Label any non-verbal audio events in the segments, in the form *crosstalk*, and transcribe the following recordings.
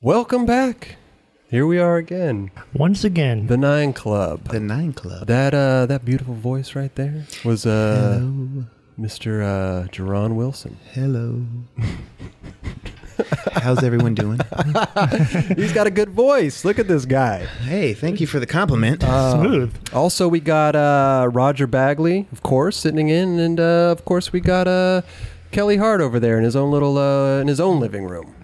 Welcome back. Here we are again. Once again, The Nine Club. The Nine Club. That uh that beautiful voice right there was uh Mr. uh Jerron Wilson. Hello. How's everyone doing? He's got a good voice. Look at this guy. Uh, Hey, thank you for the compliment. smooth. Also we got uh Roger Bagley, of course, sitting in and uh of course we got uh Kelly Hart over there in his own little uh in his own living room.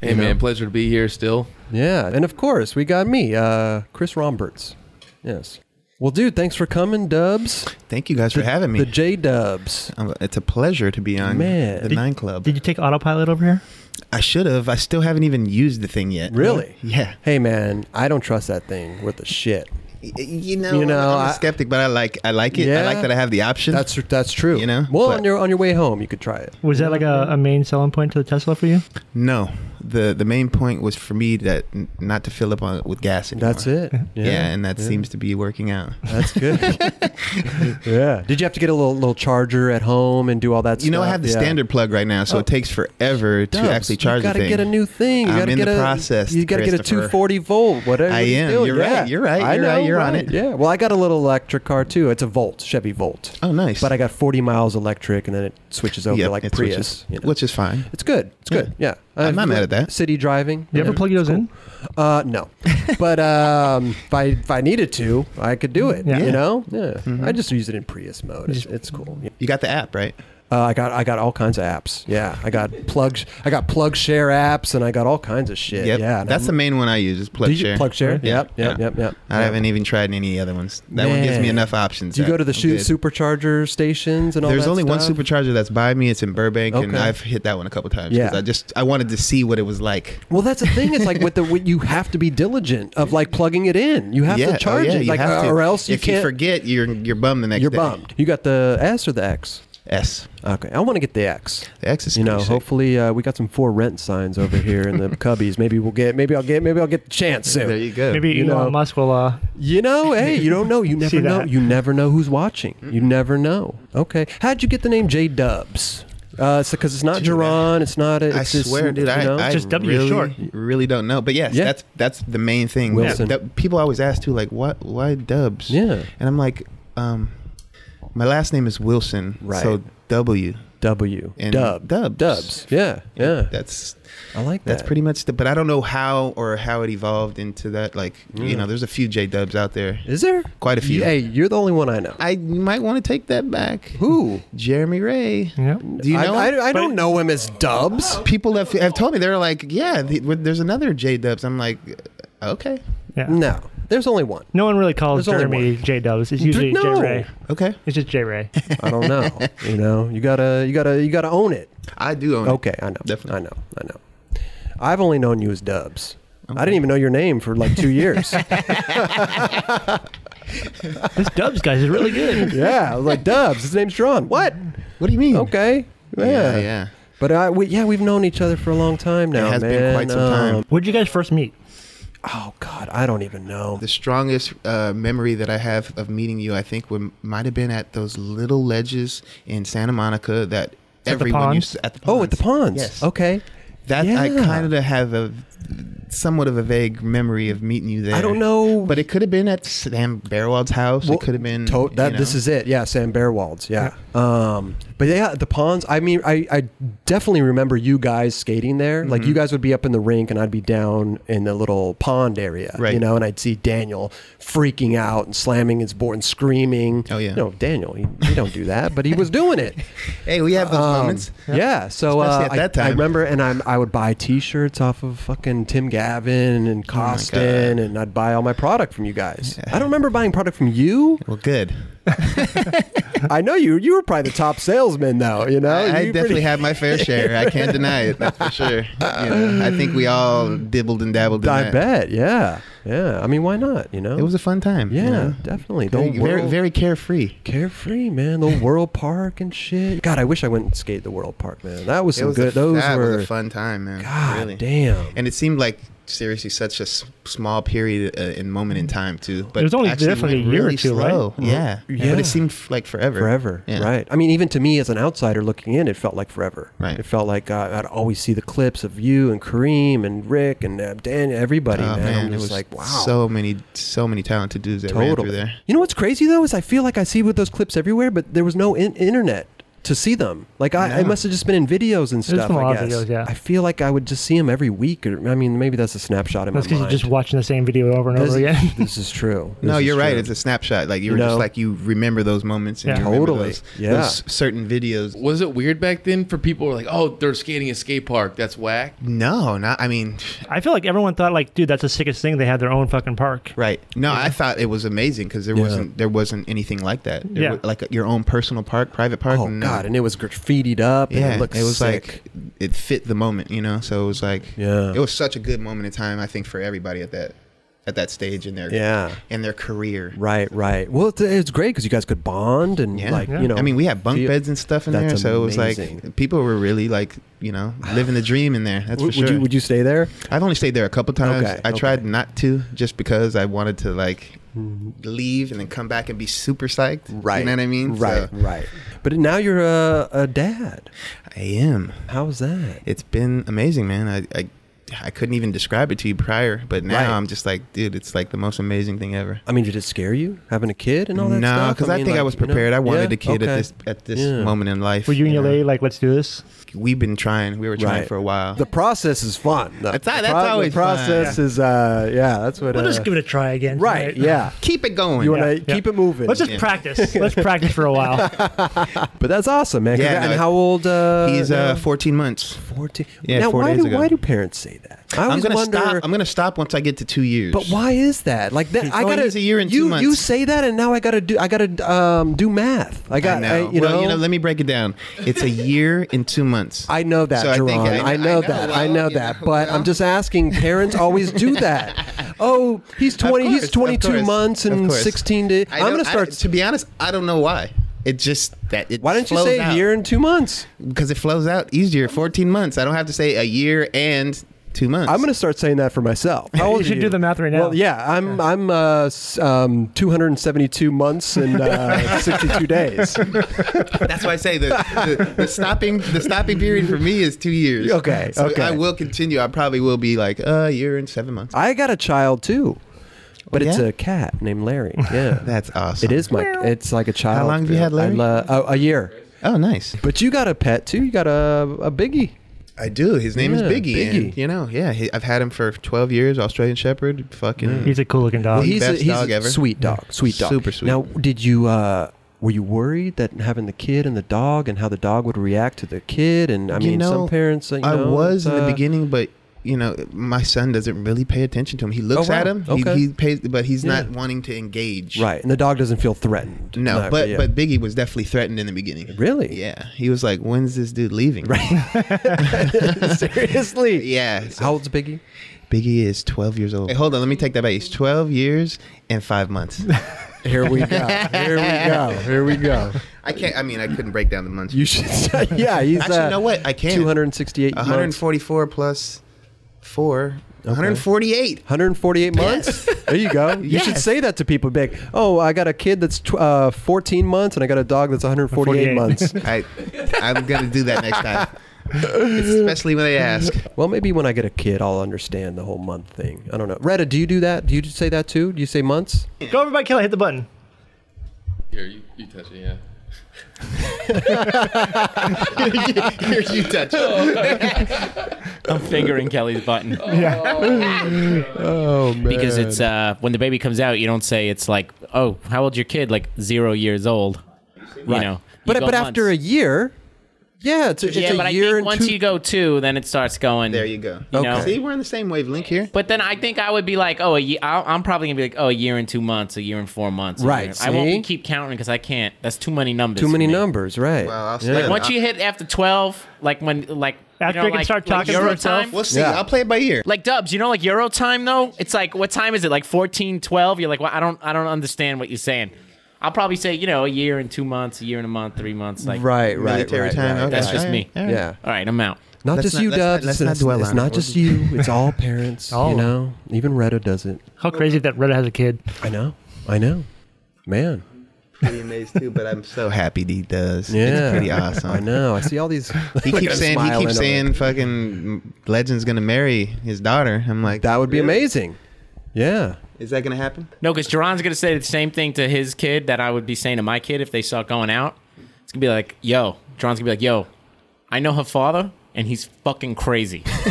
Hey man, pleasure to be here still. Yeah, and of course we got me, uh, Chris Romberts. Yes. Well, dude, thanks for coming, Dubs. thank you guys for having me. The J Dubs. Um, it's a pleasure to be on Man. the Did- Nine Club. Did you take autopilot over here? I should have. I still haven't even used the thing yet. Really? Yeah. Hey, man, I don't trust that thing worth a shit. Y- You know, You know, I'm I- a skeptic, but I like I like it. I Yeah. like that I have the option. That's that's true. You know, Well, but- on your on your way home, you could try it. Was that like a, a main selling point to the Tesla for you? no. The the main point was for me that n- not to fill up on with gas anymore. That's it. Yeah, and that seems to be working out. that's good. *laughs* yeah. Did you have to get a little little charger at home and do all that? You know, I stuff? have the Yeah. standard plug right now, so Oh. it takes forever to Dubs, actually charge You gotta the thing. get a new thing. You I'm gotta in get the a, process, You gotta get a Christopher. 240 volt. Whatever. I you am. do, You're right. yeah. You're right. I You're know, right. You're on it. Yeah. Well, I got a little electric car too. It's a Volt, Chevy Volt. Oh, nice. But I got 40 miles electric, and then it switches over Yep, to like it Prius. switches, you know. which is fine. It's good. It's good. Yeah. I'm Uh, not mad at that. City driving. You ever plug those in? Uh, *laughs* no, but um, if I if I needed to, I could do it. Yeah. Mm-hmm. You know, yeah. I just use it in Prius mode. It's, it's cool. Yeah. You got the app, right? Uh, I got I got all kinds of apps. Yeah, I got plug I got plug share apps, and I got all kinds of shit. Yep. Yeah, and That's I'm- the main one I use is plug Do you share. plug share? Yeah. Yep, yep, Yeah. yep, yep. I haven't even tried any other ones. That one gives Man. me enough options. Do you that go to the I'm shoot good. supercharger stations and all There's that only one stuff? supercharger that's by me. It's in Burbank, and Okay. I've hit that one a couple times. Yeah. 'cause I just I wanted to see what it was like. Well, that's the thing. It's like with the with, you have to be diligent of like plugging it in. You have yeah, to charge oh, yeah, it, you like have to. or else you if can't. you forget, you're you're bummed the next you're day. bummed. You got the S or the X? S. Okay, I want to get the X. The X is you know, pretty sick. hopefully uh, we got some for rent signs over here in *laughs* the cubbies. Maybe we'll get, maybe I'll get, maybe I'll get the chance soon. There you go. Maybe You Elon know. Musk will. Uh, You *laughs* know, hey, you don't know. You never See know. that? You never know who's watching. You never know. Okay, how'd you get the name J Dubs? Uh, it's because it's not Dude, Jerron. It's not. A, it's I just, swear, dude. you I, know? I Just W is really, short. really don't know. But yes, Yeah. that's that's the main thing. Wilson. That, that people always ask too, like, what, why Dubs? Yeah. And I'm like, um, my last name is Wilson, Right. So W. W And Dub Dubs. Dubs. Yeah, yeah. That's I like that. that's pretty much the. But I don't know how or how it evolved into that. Like, you know, there's a few J Dubs out there. Is there Quite a few. Hey, you're the only one I know. I might want to take that back. Who? Jeremy Ray. yeah. Do you know? I, him? I, I don't But- know him as Dubs. People have, have told me they're like, yeah, the, there's another J Dubs. I'm like, okay, yeah. No. No, there's only one. one really calls There's only Jeremy J Dubs. It's usually no. J Ray. okay. It's just J Ray. I don't *laughs* know. you know, you gotta, you gotta, you gotta own it. I do own it. Okay, I know. Definitely. I know. I know. I've only known you as Dubs. I didn't even know your name for like two *laughs* years. this Dubs guys is really good. yeah, I was like Dubs. His name's John. *laughs* What? What do you mean? Okay. Yeah. Yeah, yeah. But I, we, yeah, we've known each other for a long time now. It has man. been quite some time. Um, Where'd you guys first meet? oh God, I don't even know. The strongest uh, memory that I have of meeting you, I think, would, might have been at those little ledges in Santa Monica that the everyone pond? used to, at the ponds. Oh, at the ponds. Yes. Okay. That I Yeah. kind of have a somewhat of a vague memory of meeting you there. I don't know. but it could have been at Sam Barwell's house. Well, it could have been to- that. you know. This is it. Yeah, Sam Bearwald's. Yeah. Um, but yeah, the ponds. I mean, I, I definitely remember you guys skating there. Like Mm-hmm. you guys would be up in the rink, and I'd be down in the little pond area. Right. You know, and I'd see Daniel freaking out and slamming his board and screaming. Oh, yeah. You know, Daniel, he, he don't do that, but he was doing *laughs* it. Hey, we have those Um, moments. Yeah, so uh, Especially at I- that I, time. remember, and I'm, I would buy T-shirts off of fucking Tim Oh Gavin and Costin, and I'd buy all my product from you guys. I don't remember buying product from you. Well, good. I know you. You were probably the top salesman, though. You know, I, I Oh, You pretty- definitely had my fair share. I can't deny it. That's for sure. You know, I think we all dibbled and dabbled. In I that. bet. Yeah, yeah. I mean, why not? You know, It was a fun time. you yeah, know? definitely. The Very, whole very, world, very carefree. carefree, man. The World Park and shit. God, I wish I went and skated the World Park, man. That was It some was good. a- those that were was a fun time, man. God really. damn. And it seemed like seriously such a s- small period uh, and moment Mm. in time too. But It was only actually definitely went a year or really two, right? Mm-hmm. slow. Yeah. Yeah. but it seemed f- like forever. forever, Yeah. right? I mean, even to me as an outsider looking in, it felt like forever. Right. It felt like uh, I'd always see the clips of you and Kareem and Rick and uh, Dan, everybody. Oh, man, man, I'm it just was like wow, So many, so many talented dudes that ran through there. You know what's crazy though is I feel like I see with those clips everywhere, but there was no in- internet to see them. Like I, I No. must have just been in videos and There's stuff. been a I lot of guess. videos, yeah. I feel like I would just see them every week, or I mean, maybe that's a snapshot in my That's because mind. you're just watching the same video over and this, over again. *laughs* *laughs* this is true. No, This is you're right. true. It's a snapshot. Like you You were know? just like you remember those moments. And Yeah. you remember Totally. Those, Yeah. those certain videos. Was it weird back then for people who were like, oh, they're skating at skate park. That's whack. No, not. I mean, I feel like everyone thought, like, dude, that's the sickest thing. They had their own fucking park. right. No, I thought it was amazing because there Yeah. wasn't there wasn't anything like that. There Yeah. wa- like uh, your own personal park, private park. oh no. god, and it was graffitied up. and yeah, it, looked it was sick. like it fit the moment, you know. So it was like, Yeah. it was such a good moment in time. I think for everybody at that at that stage in their Yeah. in their career. Right, right. Well, it's, it's great because you guys could bond and Yeah. like Yeah. you know. I mean, we had bunk feel- beds and stuff in That's there, so it was amazing. like people were really like, you know, living the dream in there. That's w- for sure. Would you would you stay there? I've only stayed there a couple times. Okay, I okay. Mm-hmm. tried not to, just because I wanted to like leave and then come back and be super psyched. you know what I mean? Right, So, right. But now you're a, a dad. I am. How's that? It's been amazing, man. I, I I couldn't even describe it to you prior, but now Right. I'm just like, dude, it's like the most amazing thing ever. I mean, did it scare you having a kid and all that no, stuff? because I, mean, think I like, was you know- prepared. I wanted Yeah? a kid Okay. at this at this Yeah. moment in life. Were you and your know? lady like, let's do this? We've been trying. We were trying Right. for a while. The process is fun. The, That's- the uh, that's always the process fun. is uh yeah, that's what. uh, it a try again. right, yeah. Keep it going. You wanna *laughs* Yeah, yeah. keep it moving. Let's just Yeah. *laughs* practice. Let's practice for a while. but that's awesome, man. Yeah, Congra- no, and how old? Uh, He's uh, now? 14 months. fourteen. yeah, now, four why days do ago. why do parents say that? I I'm always gonna wonder. stop. I'm gonna stop once I get to two years. But why is that? Like *laughs* that, I Oh, gotta. he's a year and you, two months. You say that, and now I gotta do. I gotta um, do math. I got. I know. I- you, well, know you know, let me break it down. It's a year and two months. I know that, So I Jerron. think I, I- I know know, that. I well, know you that. know, but well. I'm just asking. Parents always do *laughs* that. Oh, he's twenty. course, he's of twenty-two course, months of and course. sixteen to. I I'm don't- gonna I- start. to be honest, I don't know why. It just that it. why don't you say a year and two months? Because it flows out easier. 14 months. I don't have to say a year and two months. *laughs* I'm gonna start saying that for myself. How old You are should do the math right now. Well, yeah, I'm I'm uh, s- um, 272 months and *laughs* uh, 62 days. That's why I say the, the, the stopping the stopping period for me is two years. *laughs* Okay, So okay. I will continue. I probably will be like a year and seven months. I got a child too, but it's yeah? a cat named Larry. Yeah, *laughs* That's awesome. it is my. It's like a child. long have you had Larry? I lo- oh, a year. Oh, nice. But you got a pet too. You got a a biggie. I do. His name Yeah, is Biggie. Biggie. And, you know, yeah. He, I've had him for 12 years. Australian Shepherd. Fucking. He's a cool looking dog. Well, he's best a, he's dog a ever. sweet dog, sweet dog, Super sweet. Now, did you uh, were you worried that having the kid and the dog and how the dog would react to the kid? And I You mean, know, some parents. uh, You I know, was it's, in the uh, beginning, but you know, my son doesn't really pay attention to him. He looks Oh, wow. at him. Okay. He, he pays, but he's not Yeah. wanting to engage. Right, and the dog doesn't feel threatened. No, Not- but yeah. but Biggie was definitely threatened in the beginning. Really? Yeah. He was like, "When's this dude *laughs* leaving?" Right. *laughs* seriously, yeah. So How old's Biggie? Biggie is 12 years old. Hey, hold on, let me take that back. He's 12 years and five months. *laughs* Here we go. Here we go. Here we go. I can't. I mean, I couldn't break down the months. You should. *laughs* yeah, he's. Actually, uh, you know what? I can. 268 months. 144 plus four. 148. 148 months. There you go. *laughs* You should Yes. say that to people. Big. Oh, I got a kid that's tw- uh, 14 months, and I got a dog that's 148 48. *laughs* months. I, I'm gonna do that next time, especially when they ask. Well, maybe when I get a kid, I'll understand the whole month thing. I don't know. Retta, do you do that? Do you say that too? Do you say months? Go over by Kelly, hit the button. Here, you, you touch it, yeah. Here you touch. it. I'm fingering Kelly's *laughs* button *laughs* Oh man. because it's uh, when the baby comes out, you don't say it's like, oh, how old's your kid? Like zero years old. You know, but but after a year, yeah, it's, a- it's yeah, a but year I think and once two. you go two, then it starts going. There you go. You know? Okay. See, we're on the same wavelength here. But then I think I would be like, oh, a year, I'm probably gonna be like, oh, a year and two months, a year and four months. a Right, year- I won't see? keep counting because I can't. That's too many numbers. Too for many me. numbers, right? Well, I'll Yeah. say Once you hit after twelve, like when, like After you know, I can like, start like talking to Euro myself. time? We'll see. Yeah. I'll play it by ear. Like dubs, you know, like Euro time though. It's like what time is it? Like fourteen,12? You're like, well, I don't, I don't understand what you're saying. I'll probably say, you know, a year and two months, a year and a month, three months. Like, right, right, Military right, time. right, okay. That's right. just me. All right, all right. Yeah. All right, I'm out. Not Let's just not- you, let's Dubs. not- let's it's not dwell it's on it. not just you. It's all parents. *laughs* All you of 'em. know, even Retta does it. How crazy that Reddit has a kid. I know. I know. Man. pretty amazed too, but I'm so happy he does. Yeah. It's *laughs* pretty awesome. I know. I see all *laughs* these. He Look at keeps him saying he smiling over keeps saying there. fucking legend's gonna marry his daughter. I'm like, that would be "Really? amazing. Yeah. Is that gonna happen? No, because Jerron's gonna say the same thing to his kid that I would be saying to my kid if they saw going out. It's gonna be like, yo, Jerron's gonna be like, yo, I know her father, and he's fucking crazy. *laughs*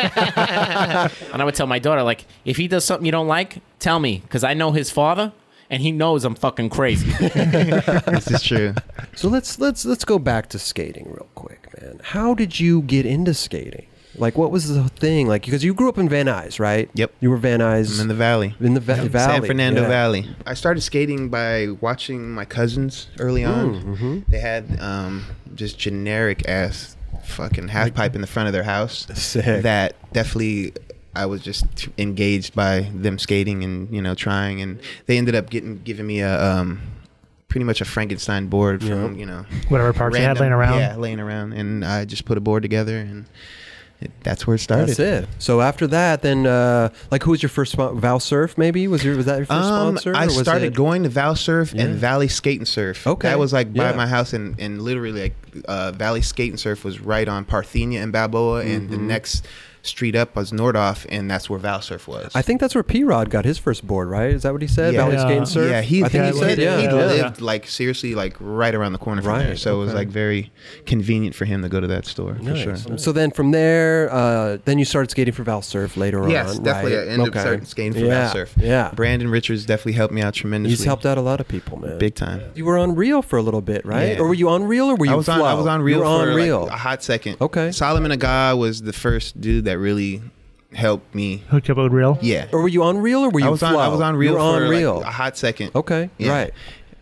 and I would tell my daughter, like, if he does something you don't like, tell me, because I know his father, and he knows I'm fucking crazy. this is true. So let's let's let's go back to skating real quick, man. How did you get into skating? Like, what was the thing? Like, because you grew up in Van Nuys, right? Yep. You were Van Nuys I'm in the valley. in the va- valley, San Fernando yeah. Valley. I started skating by watching my cousins early on. mm-hmm. They had um, just generic ass fucking half pipe in the front of their house. Sick. That definitely I was just engaged by them skating and you know trying, and they ended up getting giving me a um, pretty much a Frankenstein board from you know Whatever parts they had laying around. Yeah, laying around, and I just put a board together, and it, that's where it started. That's it. So after that, then uh, like, who was your first spon- Val Surf? Maybe was your was that your first Um, sponsor? I or was started it- going to Val Surf and Valley Skate and Surf. Okay. that was like by Yeah. my house, and, and literally like uh, Valley Skate and Surf was right on Parthenia and Balboa, and the Mm-hmm. next street up was Nordoff, and that's where Val Surf was. I think that's where P Rod got his first board, right? Is that what he said? Yeah. Valley Skate and Surf. Yeah, he, I think he, he said, he, yeah, he yeah. lived like seriously like right around the corner from Right, there, so it was okay. like very convenient for him to go to that store for Nice. sure. So then from there, uh, then you started skating for Val Surf later Yes, on. definitely. right? I ended Okay. up starting skating for yeah. Val Surf. Yeah. Brandon Richards definitely helped me out tremendously. He's helped out a lot of people, man. big time. You were on Reel for a little bit, right? Yeah. Or were you on Reel or were you I was on. I Flow? was on You Real were for on like, Reel. a hot second. Okay. Solomon Aga was the first dude that really helped me. Hooked up with real. Yeah. or were you on Reel or were you I was on. I Flow? was on You Real were for on like, Reel. a hot second. Okay, right.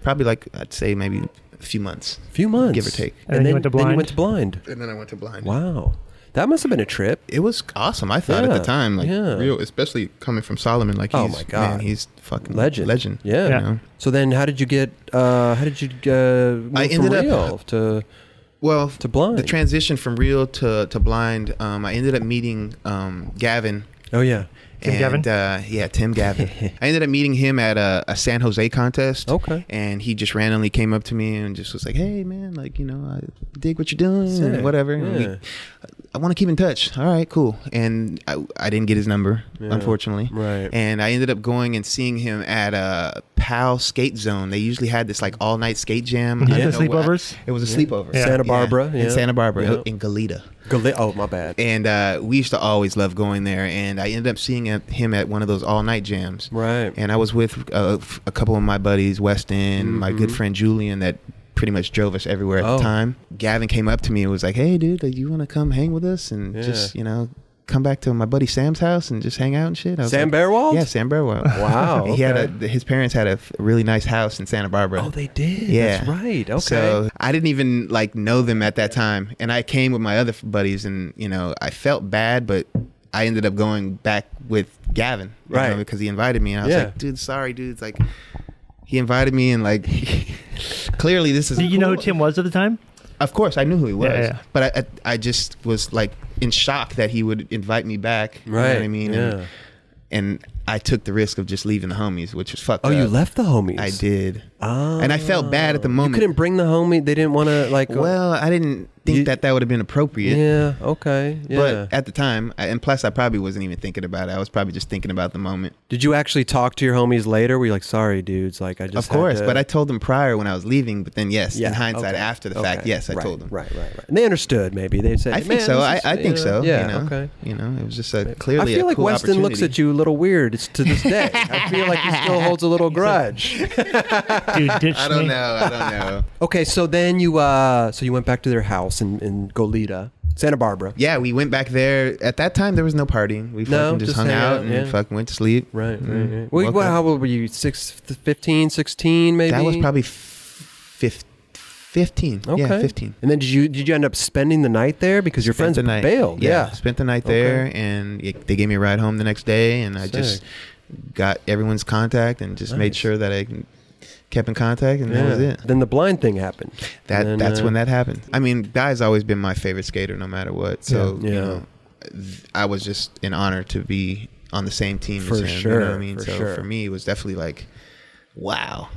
Probably like I'd say maybe a few months. a few months. Give or take. And then you went to Then you Blind? went to blind. And then I went to blind. Wow. That must have been a trip. It was awesome. I thought at Yeah, the time, like yeah. real, especially coming from Solomon. Like, Oh he's, my God. man, he's fucking Legend. legend. Yeah. Yeah. You know? So then how did you get uh how did you uh move I from ended up- Reel to Well, To blind. the transition from real to to blind. Um, I ended up meeting um, Gavin Oh yeah. Tim and, Gavin? Uh, yeah, Tim *laughs* Gavin. I ended up meeting him at a, a San Jose contest. Okay. And he just randomly came up to me and just was like, hey, man, like, you know, I dig what you're doing Sick. and whatever. And we- Yeah. I want to keep in touch. All right, cool. And I, I didn't get his number, unfortunately. Right. And I ended up going and seeing him at a Pal Skate Zone. They usually had this like all night skate jam. Was I it don't the know what- sleepovers? It was a sleepover. Yeah. Santa Barbara, yeah. In Santa Barbara, Yeah. in Galita Gali- oh my bad. and uh, we used to always love going there. And I ended up seeing at- him at one of those all night jams. Right. And I was with uh, f- a couple of my buddies, Weston, my good friend Julian, that pretty much drove us everywhere at Mm-hmm. Oh. the time. Gavin came up to me and was like, "Hey, dude, like, you want to come hang with us and just Yeah. you know." Come back to my buddy Sam's house and just hang out and shit. I was Sam like, Bearwald? Yeah, Sam Bearwald. Wow, *laughs* he had okay. a, his parents had a f- really nice house in Santa Barbara. Oh, they did. Yeah, That's right. Okay. So I didn't even like know them at that time, and I came with my other f- buddies, and you know I felt bad, but I ended up going back with Gavin, you Right. know, because he invited me, and I was Yeah. like, dude, sorry, dude. It's like he invited me, and like *laughs* clearly this is. Did you know who Tim was at the time? Of course, I knew who he was, Yeah, yeah. but I, I I just was like in shock that he would invite me back. You know right. what I mean, Yeah. and, and I took the risk of just leaving the homies, which was fucked Oh, you up. left the homies. I did. Oh. And I felt bad at the You moment. couldn't bring the homie. They didn't want to like. Well, I didn't think You- that that would have been appropriate. yeah. Okay. Yeah. But at the time, I, and plus, I probably wasn't even thinking about it. I was probably just thinking about the moment. Did you actually talk to your homies later? Were you like, sorry, dudes? Like, I just. of course, had to- but I told them prior when I was leaving. But then, yes, in hindsight, okay, after the okay, fact, yes, I right, told them. Right, right, right. And they understood. Maybe they said. I "Man, think so. this I, is, I you think know, so. Yeah. You know, Okay. You know, it was just a clearly. I feel a like cool Weston looks at opportunity. you a little weird. It's to this day. I feel like he still holds a *laughs* little grudge. Dude, ditch I don't me. know. I don't know. Okay, so then you uh, so you went back to their house in in Goleta, Santa Barbara. *laughs* yeah, we went back there. At that time, there was no partying. We No, fucking just, just hung hang out, out, and yeah. fucking went to sleep. Right, right, Mm. right. Well, Woke what, up. how old were you? Six, 15, 16 maybe. That was probably fif- 15. Okay. Yeah, 15. And then did you did you end up spending the night there because your Spent friends bailed? Yeah. Spent the night Okay. there and it, they gave me a ride home the next day and I just Sick. got everyone's contact and just made Nice. sure that I kept in contact, and that was it. Then the blind thing happened. That And then, that's uh, when that happened. I mean, Guy's always been my favorite skater, no matter what. So Yeah. you Yeah. know, th- I was just an honor to be on the same team For as him. You sure, know what I mean, for so sure. for me, it was definitely like, wow,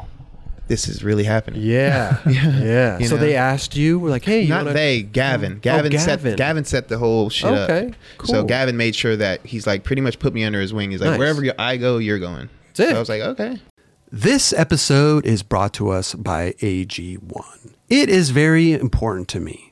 this is really happening. *laughs* Yeah. yeah. You So know? they asked you, we're like, hey, you Not wanna- Oh, they, Gavin. Gavin, Gavin. set Gavin set the whole shit up. Okay, So cool. Gavin made sure that he's like pretty much put me under his wing. He's like, Nice. wherever you, I go, you're going. Sick. So I was like, okay. This episode is brought to us by AG1. It is very important to me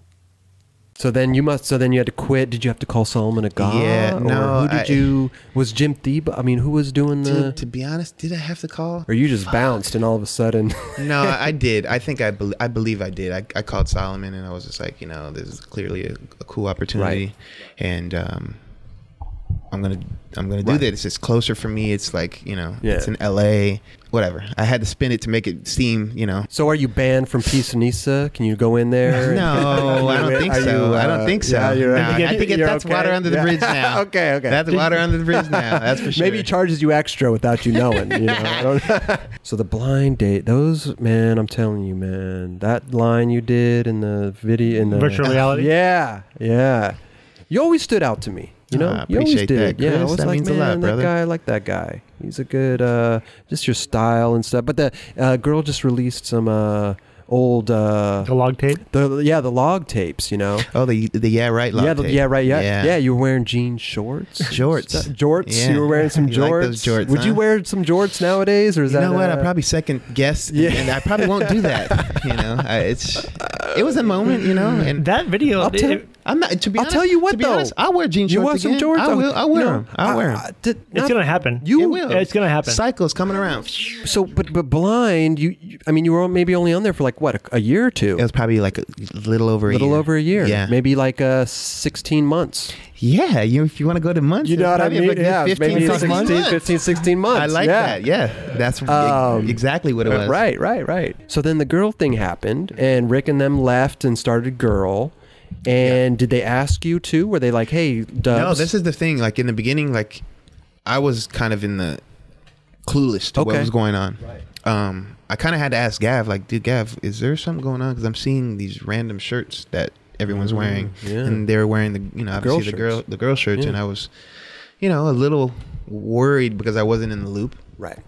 So then you must. So then you had to quit. Did you have to call Solomon a god? Yeah, Or no, Who did I- you? Was Jim Theba? I mean, who was doing the? Dude, to be honest, did I have to call? or you just bounced and all of a sudden? *laughs* no, I I did. I think I, bel I believe I did. I, I called Solomon and I was just like, you know, this is clearly a, a cool opportunity, Right. and um, I'm gonna I'm gonna do this. It's closer for me. It's like you know, Yeah. it's in L.A. Whatever. I had to spin it to make it seem, you know. *laughs* so are you banned from Pisanisa? Can you go in *laughs* there? *laughs* and- No, I don't think Are you, so. I uh, don't think so. yeah, you're Nah, right. I think it, You're that's okay? water under the Yeah. bridge *laughs* now. okay, okay. That's water under the *laughs* bridge now. That's for sure. Maybe he charges you extra without you knowing. You know? *laughs* I don't- *laughs* so the blind date, those man, I'm telling you, man, that line you did in the video in the Virtual reality? *laughs* Yeah, yeah. You always stood out to me. You know, Ah, I you always appreciate did. that, yeah, I Chris. was That like, means a man, lot, that brother." guy, I like that guy. He's a good, uh, just your style and stuff. But the uh, girl just released some uh, old, uh, The log tape. the yeah, the log tapes. You know, Oh, the the yeah right yeah, latte. the, yeah, right, yeah, yeah, You were wearing jean shorts, Jorts. Stu- jorts. Yeah. You were wearing *laughs* some You jorts. like those jorts, Would you huh? wear some jorts nowadays, or is you that know what? I uh, probably second guess, Yeah. and I probably won't do *laughs* that. you know, I, it's it was a moment, you know, and That video. I'll tell- it- I'm not to be. I'll honest, tell you what to be though, honest, I'll wear jean shorts You want some again. jorts? Oh, I will. I'll wear No, them. I'll wear I- them. I did it's not- gonna happen. You- It will. It's gonna happen. Cycles coming around. It So, but but blind. You, you- I mean, you were maybe only on there for like what a, a year or two, was probably like a little over a little year. over a year. Yeah, maybe like uh, sixteen months. Yeah, you if you want to go to months, You know it's what I probably mean? Like yeah, 15, maybe 16 16, months. 15, 16 months. I like yeah. that. Yeah, that's e, Um, exactly what it was. Right, right, right. So then the girl thing happened, and Rick and them left and started girl. And did they ask you too? Were they like, "Hey, Dubs, No, this is the thing. Like in the beginning, like I was kind of in the clueless to what Okay. was going on. Um, I kind of had to ask Gav, like, dude, Gav, is there something going on? Because I'm seeing these random shirts that everyone's wearing, Mm, yeah. and they were wearing the, you know, girl obviously the girl, shirts. the girl shirts, Yeah. and I was, you know, a little worried because I wasn't in the loop. right?"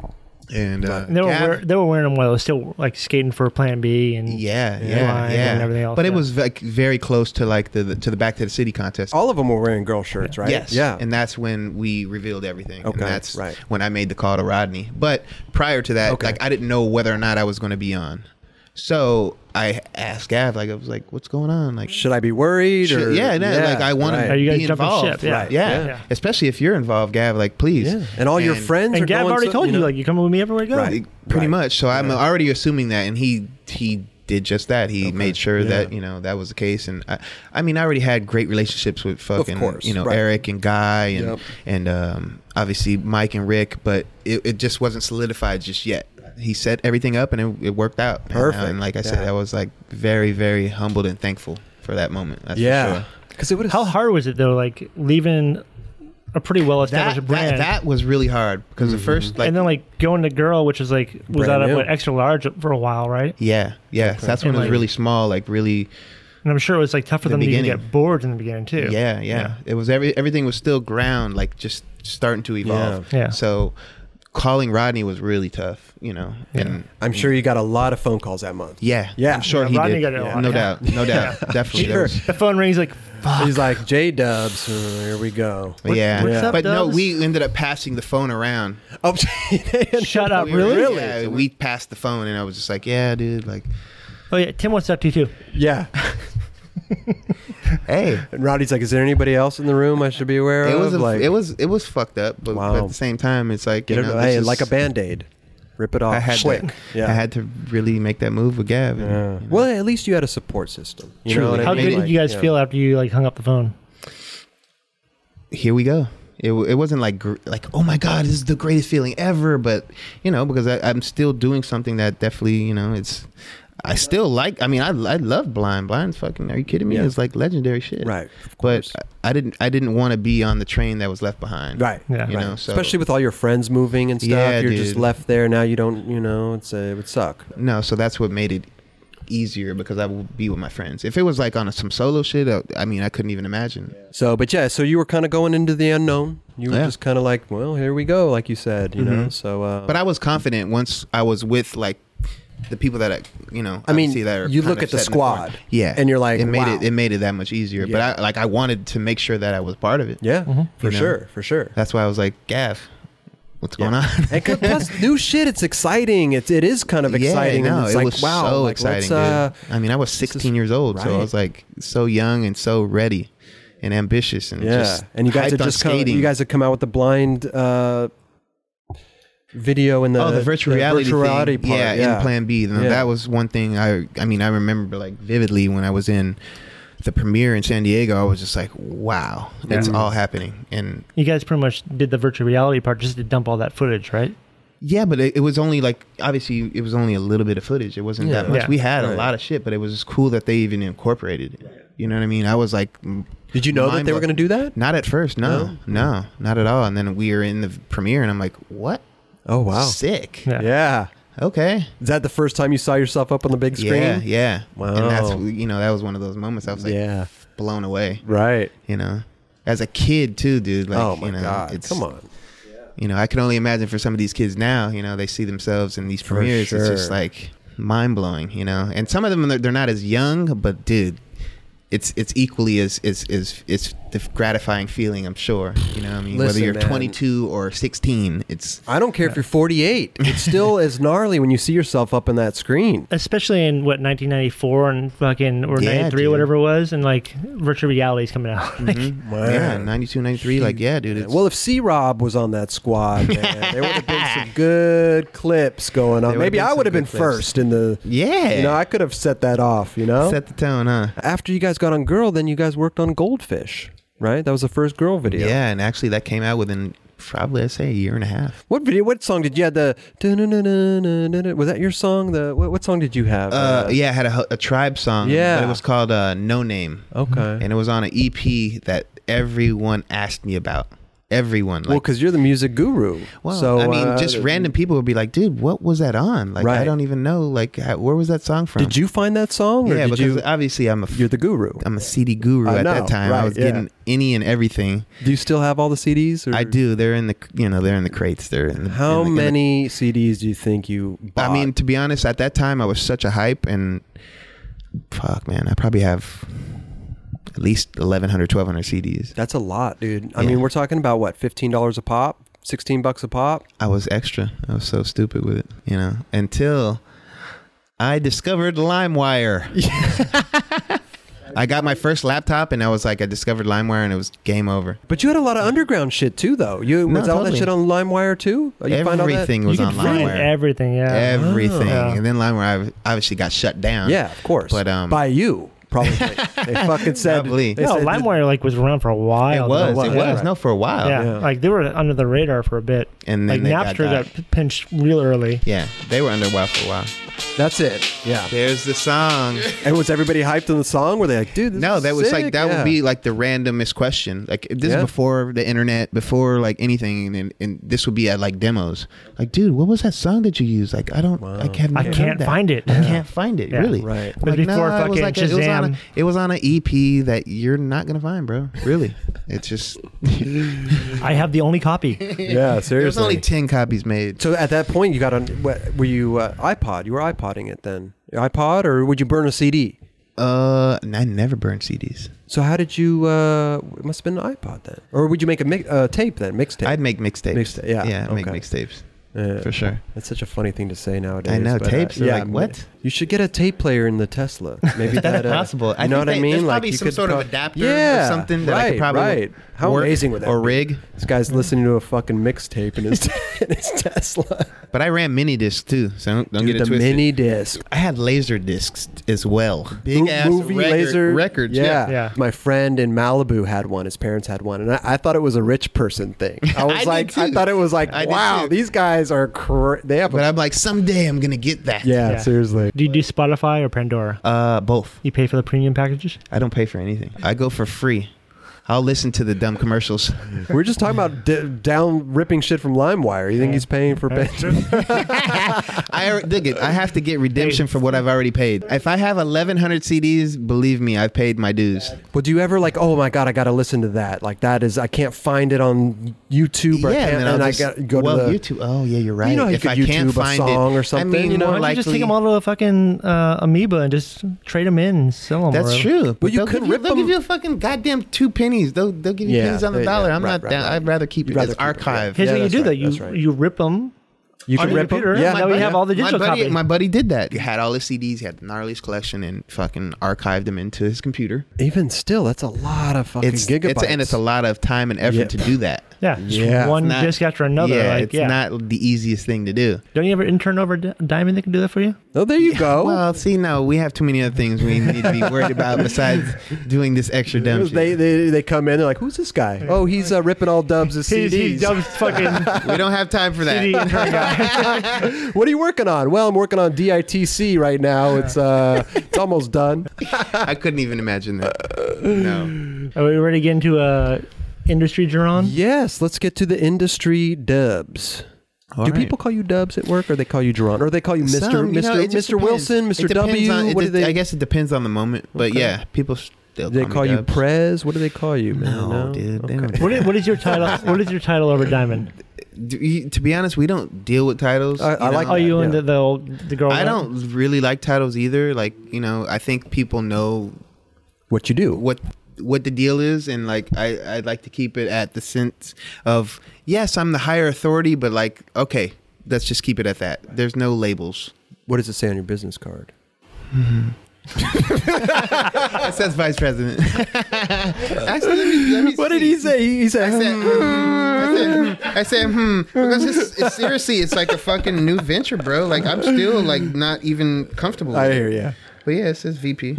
And uh, They were, Gav- wear, they were wearing them while they were still like skating for Plan B and yeah, yeah, and yeah, Line and everything else. but it yeah. was like very close to like the, the to the back to the city contest. All of them were wearing girl shirts, Oh, right? Yes. Yeah. And that's when we revealed everything. Okay, And that's right. when I made the call to Rodney. But prior to that, Okay. like I didn't know whether or not I was going to be on. So I asked Gav, like I was like, "What's going on?" Like, Should I be worried? Shit, or- yeah, no, like, I wanna- Are you guys be jumping involved, ship? Yeah. right. yeah. Yeah. especially if you're involved, Gav. Like, please. Yeah. And all your friends are And Gav going already so- told you, know? like you coming with me everywhere I go. Right. pretty Right. much. So I'm already assuming that, and he he did just that. He made sure that you know that was the case, and I, I mean, I already had great relationships with fucking course, you know right. Eric and Guy and Yep. and um, obviously Mike and Rick, but it, it just wasn't solidified just yet. He set everything up, and it, it worked out. And, uh, Perfect. And, like I Yeah. said, I was like very very humbled and thankful for that moment. That's For yeah, sure. because it would How have. hard was it though? Like leaving a pretty well That, established brand. that that was really hard because Mm-hmm. the first like and then like going to girl, which is like was Brand out of new. what, extra large for a while, right? yeah yeah so that's when And, it was like- really small like really And I'm sure it was like tough for The them to beginning. even get bored in the beginning too. Yeah, yeah. It was every everything was still ground, like just starting to evolve. Yeah. Yeah. So calling Rodney was really tough, you know. And I'm sure you got a lot of phone calls that month. yeah, Yeah. I'm sure Yeah, he Rodney did. got it a lot, *laughs* no yeah. doubt, no doubt, definitely. there Sure. was- The phone rings like, fuck. He's like J Dubs. uh, Here *laughs* we go. but yeah, what's up, but no, Dubs? we ended up passing the phone around. Oh, *laughs* Shut up, We were- really? Yeah, we passed the phone, and I was just like, "Yeah, dude, like, Oh yeah, Tim wants up to you too. Yeah. hey, And Roddy's like, is there anybody else in the room I should be aware it of? was, a, like, it was, it was fucked up." But, but Wow. at the same time, it's like, you get it, know, this hey, is- like a band aid, rip it off. I had Slick. to, Yeah. I had to really make that move with Gav. and, Yeah. you know. Well, at least you had a support system. You know Truly. what I How mean? good did Like, you guys yeah. feel after you like hung up the phone? here we go. It, w- it wasn't like gr- like oh my god, this is the greatest feeling ever. But you know, because I, I'm still doing something that definitely you know it's. I still like. I mean, I, I love Blind. Blind's fucking. Are you kidding me? Yeah. It's like legendary shit. Right, of But course. I, I didn't. I didn't want to be on the train that was left behind. Right. Yeah. You Right. know. So Especially with all your friends moving and stuff, Yeah, you're just dude. left there. Now you don't, you know, it's a, it would suck. no. So that's what made it easier because I would be with my friends. If it was like on a, some solo shit, I, I mean, I couldn't even imagine. So, but yeah, so you were kind of going into the unknown. You were Yeah. Mm-hmm. just kind of like, well, here we go, like you said, you know. So, uh, But I was confident once I was with like the people that I, you know. I mean, obviously that are you kind look of at the setting form. squad, yeah, and you're like, it made wow. it it made it that much easier. Yeah. But I like I wanted to make sure that I was part of it. yeah, Mm-hmm. for You know? sure, *laughs* for sure. that's why I was like, Gav, what's going Yeah. *laughs* on? and 'cause plus new shit. It's exciting. It it is kind of exciting. Yeah, and no, it's it like was wow, so like, exciting. let's, uh, dude. I mean, I was 16 years old, so right. I was like so young and so ready and ambitious and yeah, just and you guys hyped had on just come, skating. you guys had come out with the blind uh, video and the oh, the virtual reality, virtual thing. reality part. Yeah, in Plan B. Now, Yeah. That was one thing I I mean I remember like vividly when I was in the premiere in San Diego. I was just like, wow, that's all happening. And You guys pretty much did the virtual reality part just to dump all that footage, right? yeah, but it, it was only like obviously it was only a little bit of footage. It wasn't Yeah. that much. Yeah. We had Right. a lot of shit, but it was just cool that they even incorporated it. You know what I mean? I was like, Did you know that they were going to do that? Not at first, no, no, not at all. And then we were in the premiere, and I'm like, what? Oh wow, Sick. Yeah. yeah. Okay. Is that the first time you saw yourself up on the big screen? Yeah, yeah. And Wow. that's you know that was one of those moments I was like Yeah. blown away. Right. You know, as a kid too, dude. Like, oh my you know, god! Come on. You know, I can only imagine for some of these kids now. You know, they see themselves in these premieres. It's sure. just like mind blowing. You know, and some of them they're, they're not as young, but dude. It's it's equally as is is it's the gratifying feeling I'm sure you know what I mean whether Listen, you're man. 22 or 16 it's I don't care if you're 48. It's still *laughs* as gnarly when you see yourself up in that screen. Especially in what 1994 and fucking or Yeah, 93 dude. Mm-hmm. or whatever it was, and like virtual reality's coming out. *laughs* Like, yeah 92 93 like yeah dude it's, Well, if C Rob was on that *laughs* squad, man, there would have been some good clips going There on. would Maybe have been I would have some been good clips. first in the. yeah You know, I could have set that off, you know? set the tone huh After you guys got on Girl, then you guys worked on Goldfish, right? That was the first Girl video. Yeah. and actually that came out within probably I'd say a year and a half. What video? What song did you have? The dun-dun-dun-dun-dun-dun. was that your song? The what, what song did you have? Uh, yeah, I had a, ho- a tribe song. Yeah. but it was called uh, No Name, Okay. and it was on an EP that everyone asked me about. Everyone, well, like, because you're the music guru. well, so I mean, uh, just random people would be like, "Dude, what was that on?" Like, Right. I don't even know. Like, how, where was that song from? Did you find that song? Or Yeah, did because Um, you, obviously I'm a f- you're the guru. I'm a CD guru I at know, that time. right, I was yeah. getting any and everything. Do you still have all the CDs? Or? I do. They're in the you know they're in the crates. They're in the, How in the- in the many CDs do you think you bought? I mean, to be honest, at that time I was such a hype and fuck, man, I probably have at least 1,100, 1,200 CDs. that's a lot, dude. I Yeah. mean, we're talking about what, fifteen dollars a pop, sixteen bucks a pop. I was extra. I was so stupid with it, you know, until I *laughs* discovered LimeWire. I got my first laptop and I was like, I discovered LimeWire and it was game over. But you had a lot of underground shit too, though. You No, was all that totally. shit on LimeWire too. You find all that? Everything was Oh, you on can find LimeWire. everything. Yeah. Everything. Yeah. And then LimeWire obviously got shut down. Yeah, of course. But, um, by you *laughs* probably. they fucking said. Probably. They no, said that- LimeWire like was around for a It while. was. It though. was. Yeah. No, for a while. Yeah. Yeah. like they were under the radar for a bit. And like then they got Napster got, got- p- pinched real early. Yeah, They were under a while for a while. That's it. Yeah. There's the *laughs* song. And was everybody hyped on the song? Were they like, dude? This No, is that was sick? like that Yeah. would be like the randomest question. Like this Yeah. is before the internet, before like anything, and, and this would be at like demos. Like, dude, what was that song that you used? Like, I don't, I can't, I can't find it. I can't find it. Yeah. Really, Right. I'm Like, But before nah, it was fucking like a- E it was on Shazam. a, it was on an EP that you're not gonna find, bro. Really, It's just *laughs* I have the only *laughs* copy. yeah, there's seriously. only ten copies made. so at that point, you got on. What, were you uh, iPod? You were iPodding it then, iPod, or would you burn a CD? Uh, and I never burned CDs. So how did you? Uh, it must have been an iPod then, or would you make a mi- uh, tape then? Mixtape. I'd make mixtapes. Mixta- yeah, yeah, I'd make okay. mixtapes Yeah. for sure. That's such a funny thing to say nowadays. I know, but, uh, tapes are like, ma- what? You should get a tape player in the Tesla. *laughs* Maybe Is that that uh, possible? You think know what I they- mean? There's like probably you some could sort prob- of adapter yeah, or something that right, I could probably right. How work amazing would that or be? rig. This guy's listening to a fucking mixtape in his, *laughs* in his Tesla. But I ran mini discs too, so don't, don't Dude, get it the twisted. mini disc. I had laser discs as well. Big Mo- ass movie record- laser records. Yeah. Yeah. my friend in Malibu had one. His parents had one, and I, I thought it was a rich *laughs* person thing. I was did like, I too. thought it was like, I did wow, too. these guys are cra- they have. But A, I'm like, someday I'm gonna get that. yeah, Yeah. seriously. Do you do Spotify or Pandora? Uh, both. You pay for the premium packages? I don't pay for anything. I go for free. I'll listen to the dumb commercials. *laughs* We We're just talking about d- down ripping shit from LimeWire. You think he's paying for? Pandora? *laughs* I alre- dig it. I have to get redemption for what I've already paid. If I have 1,100 CDs, believe me, I've paid my dues. Well, do you ever like, oh my god, I got to listen to that? Like that is, I can't find it on YouTube. Or I can't, and then I'll and I just- got go well, to the, YouTube. Oh, yeah, you're right. You know how you if could I YouTube can't a find song it, or something, I mean, you know? more Why don't you just take likely- them all to a fucking uh, amoeba and just trade them in and sell them? That's true. But, you they'll could give you, rip They'll give them- you a fucking goddamn two pennies. They'll they'll give you Yeah, pennies on the yeah, dollar. yeah, I'm right, not right, down. right. I'd rather keep You'd it rather as keep it, yeah. archive. Here's Yeah, what you that's do right, though. You that's right. you rip them. you on can your rip computer, them. Yeah, that way you have all the digital my buddy, copy. My buddy did that. He had all his CDs. He had Gnarly's collection and fucking archived them into his computer. even still, that's a lot of fucking It's, gigabytes. it's and it's a lot of time and effort Yeah. to *laughs* do that. yeah, just Yeah. one Not- disc after another. Yeah, like, it's yeah. not the easiest thing to do. Don't you ever intern over Di- Diamond that can do that for you? Oh, there you *laughs* go. Well, see, no, we have too many other things we need to be worried about besides doing this extra dumb shit. *laughs* they, they they come in, they're like, who's this guy? Oh, he's uh, ripping all Dubs' *laughs* CDs. fucking we don't have time for *laughs* that. CD intern guy. what are you working on? Well, I'm working on DITC right now. It's uh, it's *laughs* almost done. I couldn't even imagine that. *laughs* No. Are we ready to get into uh, industry, Jerron? Yes, let's get to the industry Dubs. Do right. people call you Dubs at work, or they call you Jerron, or they call you Mister Some, you know, Mister it just Mister depends. Wilson, It Mister depends W? on- it what do de- they? I guess it depends on the moment, but Okay. yeah, people still Do they me call you Dubs. Prez? What do they call you, man? No, dude. They don't. What is, what is your title? What is your title over Diamond? Do you- to be honest, we don't deal with titles. I- I like Oh, that, you yeah. and the, the old the girl. I don't really like titles either. Like you know, I think people know What you do? what what the deal is, and like I I'd like to keep it at the sense of yes, I'm the higher authority, but like okay, let's just keep it at that. There's no labels. What does it say on your business card? It says vice president. *laughs* Actually, let me- let me see. say? He said, I said, hmm. I said, I said, hmm. Because it's, it's seriously, it's like a fucking new venture, bro. Like I'm still like not even comfortable. With I it. hear you. But yeah, it says VP.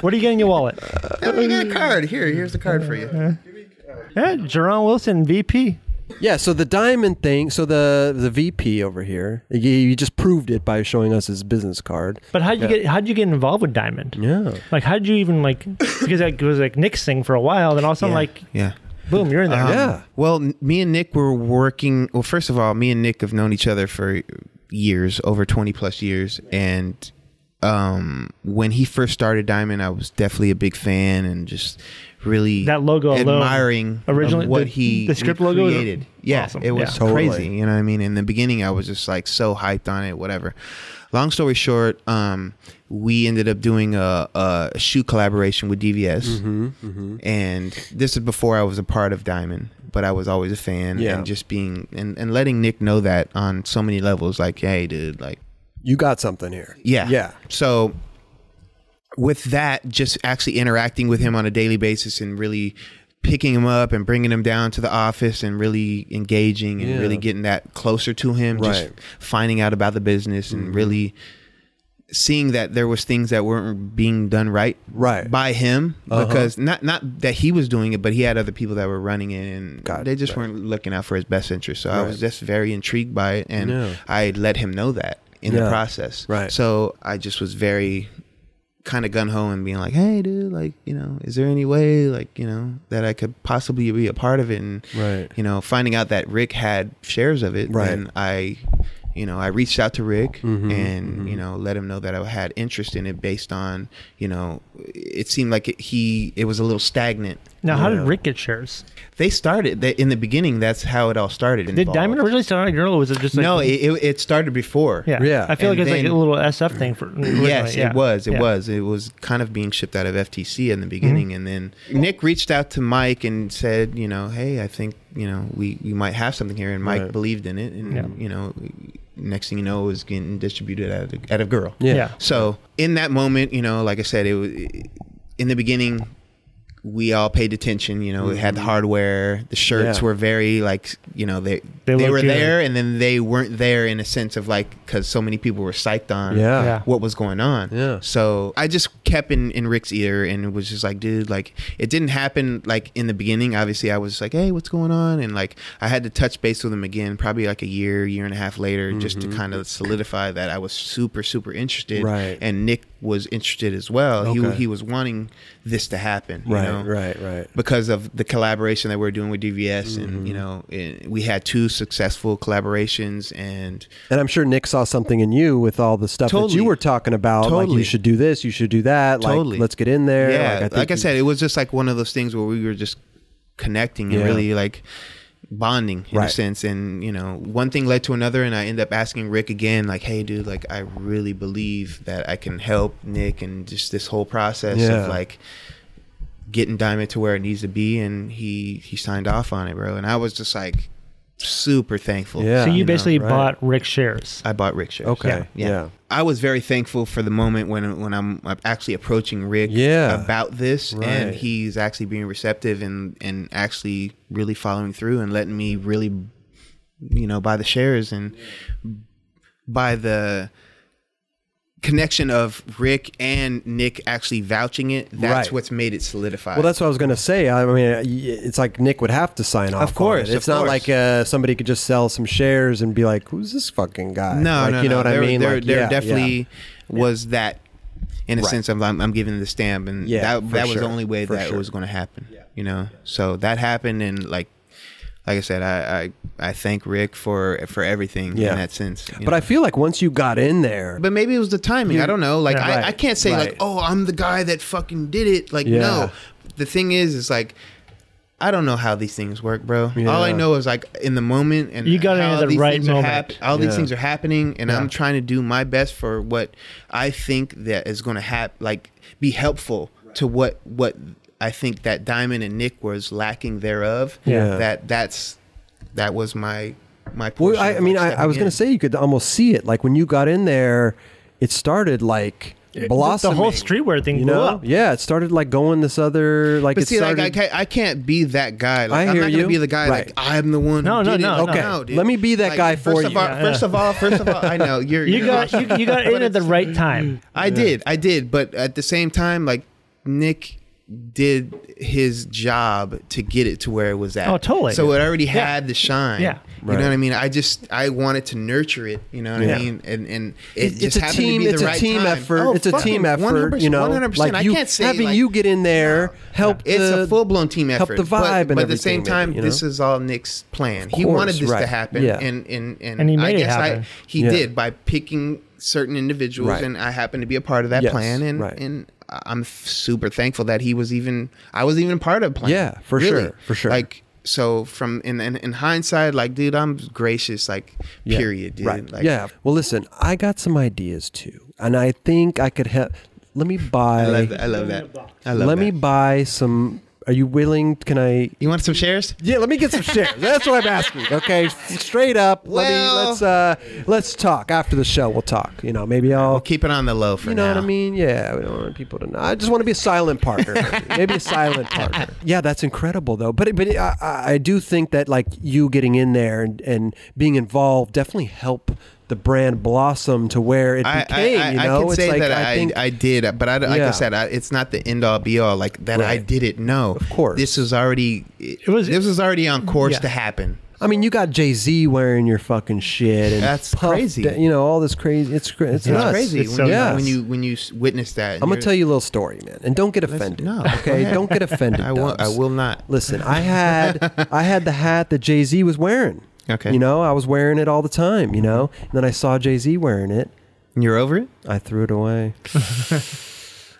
What do you get in your wallet? Let me get a card. Here, here's the card for you. Yeah, Jerron Wilson, VP. Yeah, so the diamond thing, so the the VP over here, you, you just proved it by showing us his business card. But how would you get how would you get involved with Diamond? Yeah. Like how did you even *laughs* like because that was like Nick's thing for a while, then all of a sudden like Yeah. Um, boom, you're in there. yeah. Well, n- me and Nick were working. Well, first of all, me and Nick have known each other for years, over 20 plus years. And um, when he first started Diamond, I was definitely a big fan and just really That logo alone, admiring originally- originally what the- he the script logo is created. Yeah, awesome. it was Yeah. Totally. crazy. You know what I mean? In the beginning, I was just like so hyped on it, whatever. Long story short, um, we ended up doing a, a shoe collaboration with DVS, Mm-hmm, and this is before I was a part of Diamond, but I was always a fan, Yeah. and just being and, and letting Nick know that on so many levels, like, hey, dude, like, You got something here. yeah, Yeah. So with that, just actually interacting with him on a daily basis and really picking him up and bringing him down to the office and really engaging and Yeah. really getting that closer to him, just Right. Mm-hmm. finding out about the business and really seeing that there was things that weren't being done right, Right. Uh-huh. by him because not not that he was doing it, but he had other people that were running it and Got it, they just right. weren't looking out for his best interest. So I Right. was just very intrigued by it and Yeah. I let him know that in Yeah. the process. Right. So I just was very kind of gun ho and being like, hey, dude, like, you know, is there any way, like, you know, that I could possibly be a part of it? And, Right. you know, finding out that Rick had shares of it, Right. Mm-hmm, then I, you know, I reached out to Rick and, you know, let him know that I had interest in it based on, you know, it seemed like it, he, it was a little stagnant Now, how did Rick get shares? They started that in the beginning. That's how it all started. Did involved. Diamond originally start on Euro? or Was it just like no, it, it, it started before. Yeah. Yeah. I feel And like it's like then- a little SF thing for. Yes, yeah. it was. It Yeah. was. It was kind of being shipped out of FTC in the beginning, and then Nick reached out to Mike and said, you know, hey, I think you know we we might have something here, and Mike Right. believed in it, and Yeah. you know, next thing you know, it was getting distributed out of out of Girl. Yeah. Yeah. So in that moment, you know, like I said, it was in the beginning. We all paid attention. You know, we had the hardware. The shirts Yeah. were very like you know they They they, looked were good. there, and then they weren't there in a sense of like because so many people were psyched on Yeah. Yeah. what was going on. Yeah. So I just kept in, in Rick's ear and it was just like, dude, like it didn't happen like in the beginning. Obviously, I was like, hey, what's going on? And like I had to touch base with him again, probably like a year, year and a half later, just to kind of solidify that I was super, super interested. Mm-hmm. Right. And Nick was interested as well. He Okay. he was wanting this to happen. you Right, know? right, right. Mm-hmm. because of the collaboration that we're doing with DVS, and you know, it, we had two successful collaborations, and And I'm sure Nick saw something in you with all the stuff that Totally. you were talking about. Like Totally. you should do this, you should do that. Like Totally. let's get in there. Yeah, like, think I you- said, it was just like one of those things where we were just connecting and Yeah. really like bonding in a Right. sense. And you know, one thing led to another, and I ended up asking Rick again, like, "Hey, dude, like, I really believe that I can help Nick and just this whole process Yeah. of like." getting diamond to where it needs to be and he he signed off on it bro and i was just like super thankful Yeah. So you You know, basically right. bought Rick shares. i bought rick shares Okay. Yeah. I was very thankful for the moment when when I'm actually approaching Rick Yeah. about this, and Right. he's actually being receptive and and actually really following through and letting me really, you know, buy the shares and by the connection of Rick and Nick actually vouching it. That's Right. what's made it solidified. Well, that's what I was gonna say. I mean, y- it's like Nick would have to sign off. on course, it. it's of not course. like uh, somebody could just sell some shares and be like, "Who's this fucking guy?" No, like, no, you know no. what there, I mean. There, Like, there yeah, yeah. definitely was that, in a Right. sense, of I'm, I'm giving the stamp, and Yeah, that for that was sure, the only way for that it sure. was going to happen. You know, so that happened, and like, like I said, I I, I thank Rick for for everything Yeah. in that sense. you But know. I feel like once you got in there, But maybe it was the timing. I don't know. Like Yeah. I, I Right, can't say right. like, oh, I'm the guy that fucking did it. Like Yeah. no. The thing is, is like. I don't know how these things work, bro. All I Yeah. know is like in the moment, and You gotta how have the these right things are moment. hap- all Yeah. these things are happening, and Yeah. I'm trying to do my best for what I think that is going to hap- like be helpful to what what I think that Diamond and Nick was lacking thereof. Yeah. That that's that was my my. Well, portion I, of, I mean, like, I, I stepping was going in. to say you could almost see it. Like when you got in there, it started like The blossoming. whole streetwear thing you blew know? up. Yeah, it started like going this other like. But it see, started, like I can't, I can't be that guy. Like, I I'm hear not gonna you. be the guy. Right. Like I'm the one. No, who no, did it. no, Okay. no, dude. Let me be that guy for first Of you. all, Yeah. First of all, first of all, I know *laughs* you're. You you're got awesome. you, you *laughs* got in at the right *clears throat* time. I did, I did, but at the same time, like Nick did his job to get it to where it was at. Oh, totally. So it already Yeah. had the shine. Yeah. You Right. know what I mean? I just I wanted to nurture it. You know what Yeah. I mean? And and It- it it's just a happened team. To be It's the a right team time. effort. Oh, it's a fucking team effort. You know, 100%. like I you can't say having like- you get in there helped. it's the- a full blown team help effort. the vibe but, and but at the same everything, time, maybe, you know? this is all Nick's plan. he course, wanted this right. to happen, Yeah. and and and, And he made I it guess happen. I, he Yeah. did by picking certain individuals, Right. and I happened to be a part of that Yes, plan, and right. and I'm f- super thankful that he was even I was even a part of plan. Yeah, for really. sure, for sure. Like so from in, in in hindsight, like dude, I'm gracious. Like Yeah. period, dude. Right. Like, yeah. Well, listen, I got some ideas too, and I think I could help. Let me buy. I love that. I love that. I love let me that. buy some. Are you willing? Can I You want some shares? Yeah, let me get some shares. That's what I'm asking. Okay, s- straight up. let Well- me, let's uh, let's talk after the show. We'll talk. You know, maybe I'll. I'll keep it on the low for You know now. what I mean? Yeah, we don't want people to know. I just want to be a silent *laughs* partner. maybe a silent partner. Yeah, that's incredible though. But but I, I I do think that like you getting in there and, and being involved definitely help the brand blossom to where it I, became. I, I, you know, I can it's say like that I, I, think I, did, but I, like Yeah. I said, I, it's not the end all be all. Like that, I Right. did it. No, Of course. this was already. It, was- was. This was already on course Yeah. to happen. I mean, you got Jay Z wearing your fucking shit, and That's Puff crazy. Da- you know, all this crazy. It's cra- it's, It's nuts. crazy It's when, so you, nuts. when you when you s- witness that. I'm gonna tell you a little story, man, and don't get offended. no, go okay, ahead. *laughs* don't get offended. I will. Dubs. I will not. Listen, I had I had the hat that Jay Z was wearing. Okay. you know, I was wearing it all the time. You know, and then I saw Jay Z wearing it. You're over it. I threw it away.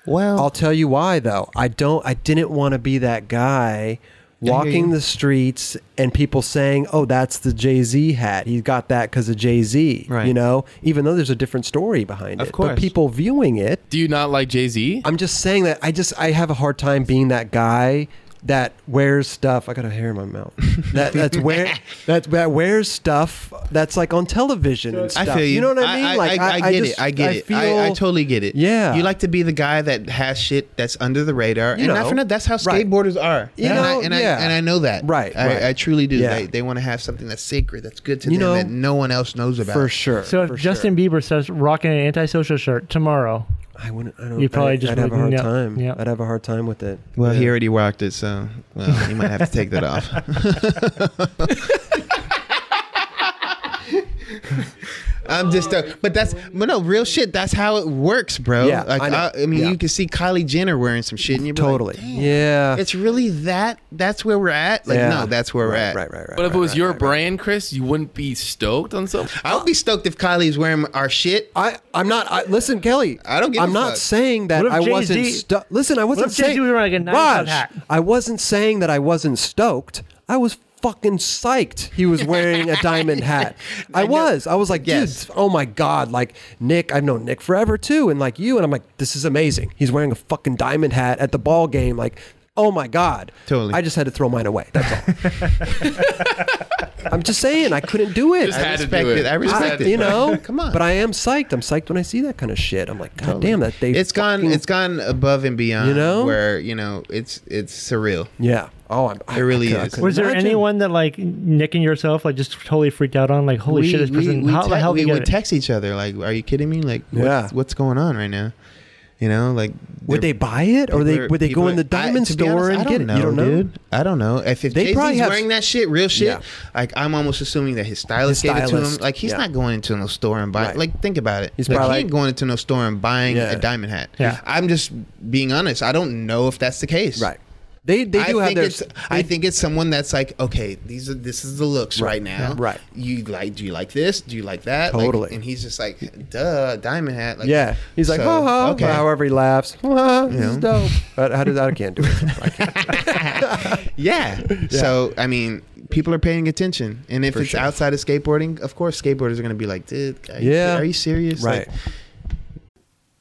Well- I'll tell you why though. I don't. I didn't want to be that guy walking you. the streets and people saying, "Oh, that's the Jay Z hat. He got that because of Jay Z." Right. You know, even though there's a different story behind Of it, course. but people viewing it, Do you not like Jay Z? I'm just saying that I just I have a hard time being that guy that wears stuff. I got a hair in *laughs* my mouth. That that's wear that that wears stuff that's like on television and I stuff. feel you. know what I mean? I, like I, get just- it. I get it. I, I feel- totally get it. Yeah. you like to be the guy that has shit that's under the radar, You and not know. for nothing, that's how Right. skateboarders are. You and know, I, and, yeah. I, and I know that. Right, I, right. I truly do. Yeah. They, they want to have something that's sacred, that's good to You them, know, that no one else knows about. for sure. So if for Justin Bieber starts rocking an antisocial shirt tomorrow, sure. I wouldn't. I don't. You probably I'd, just I'd have a hard wouldn't- yeah, time. yeah. I'd have a hard time with it. Well, Yeah. he already rocked it, so well, you might have to take that *laughs* off. I'm just, uh, but that's, but no, real shit. That's how it works, bro. Yeah, like I I, know. I, mean, Yeah. you can see Kylie Jenner wearing some shit, and you're Totally. Like, Damn, yeah. it's really that. That's where we're at. Like, Yeah. no, that's where we're right, at. Right. Right. Right. But if it was right, your right, right. brand, Chris, you wouldn't be stoked on something. I would be stoked if Kylie's wearing our shit. I, I'm not. I, listen, Kelly. I don't give a I'm not fuck. saying that What if I Jay-Z wasn't. Stu- listen, I wasn't if Jay-Z saying. were wearing a nine Raj, cut hat? I wasn't saying that I wasn't stoked. I was fucking psyched. He was wearing a *laughs* diamond hat. I, was. I was like, Yes. dude. Oh my god. Like Nick, I've known Nick forever too, and like you, and I'm like, this is amazing. He's wearing a fucking diamond hat at the ball game. Like, oh my god. Totally. I just had to throw mine away. That's all. *laughs* I'm just saying, I couldn't do it. Just I had to respect do it. it. I respect Just I- had it. you know, *laughs* come on. But I am psyched. I'm psyched when I see that kind of shit. I'm like, god damn, that they. it's gone. fucking- It's gone above and beyond. You know? where you know it's it's surreal. yeah. Oh, I'm, I- It really I could- I is. could was there imagine. anyone that like Nick and yourself like just totally freaked out on like holy we, shit this we, person we how te- the hell we did he would get it? text each other like are you kidding me like what's, Yeah. what's going on right now you know like Would they they're- buy it, people or they are- would they people go in are- the I- diamond to be honest, store and I get it? don't You don't know. dude i don't know if, if They jay-z's probably have- wearing that shit real shit Yeah. like i'm almost assuming that his stylist, His gave it to him stylist, like he's yeah. not going into no store and buying Right. like think about it He's like, probably he like- ain't going into no store and buying Yeah. a diamond hat Yeah. i'm just being honest i don't know if that's the case Right. They they do I have think their. it's, I think it's someone that's like, okay, these are this is the looks right, now. yeah, right. You like? Do you like this? Do you like that? Like, Totally. and he's just like, duh, diamond hat. Like, yeah, he's like, so, ha ha. okay. but However, he laughs. *laughs* Ha, ha, this is Yeah. dope. But how does that? I can't do *laughs* it. I can't. *laughs* Yeah. So I mean, people are paying attention, and if For it's sure. outside of skateboarding, of course, skateboarders are gonna be like, dude, are you, Yeah. are you serious? Right. Like,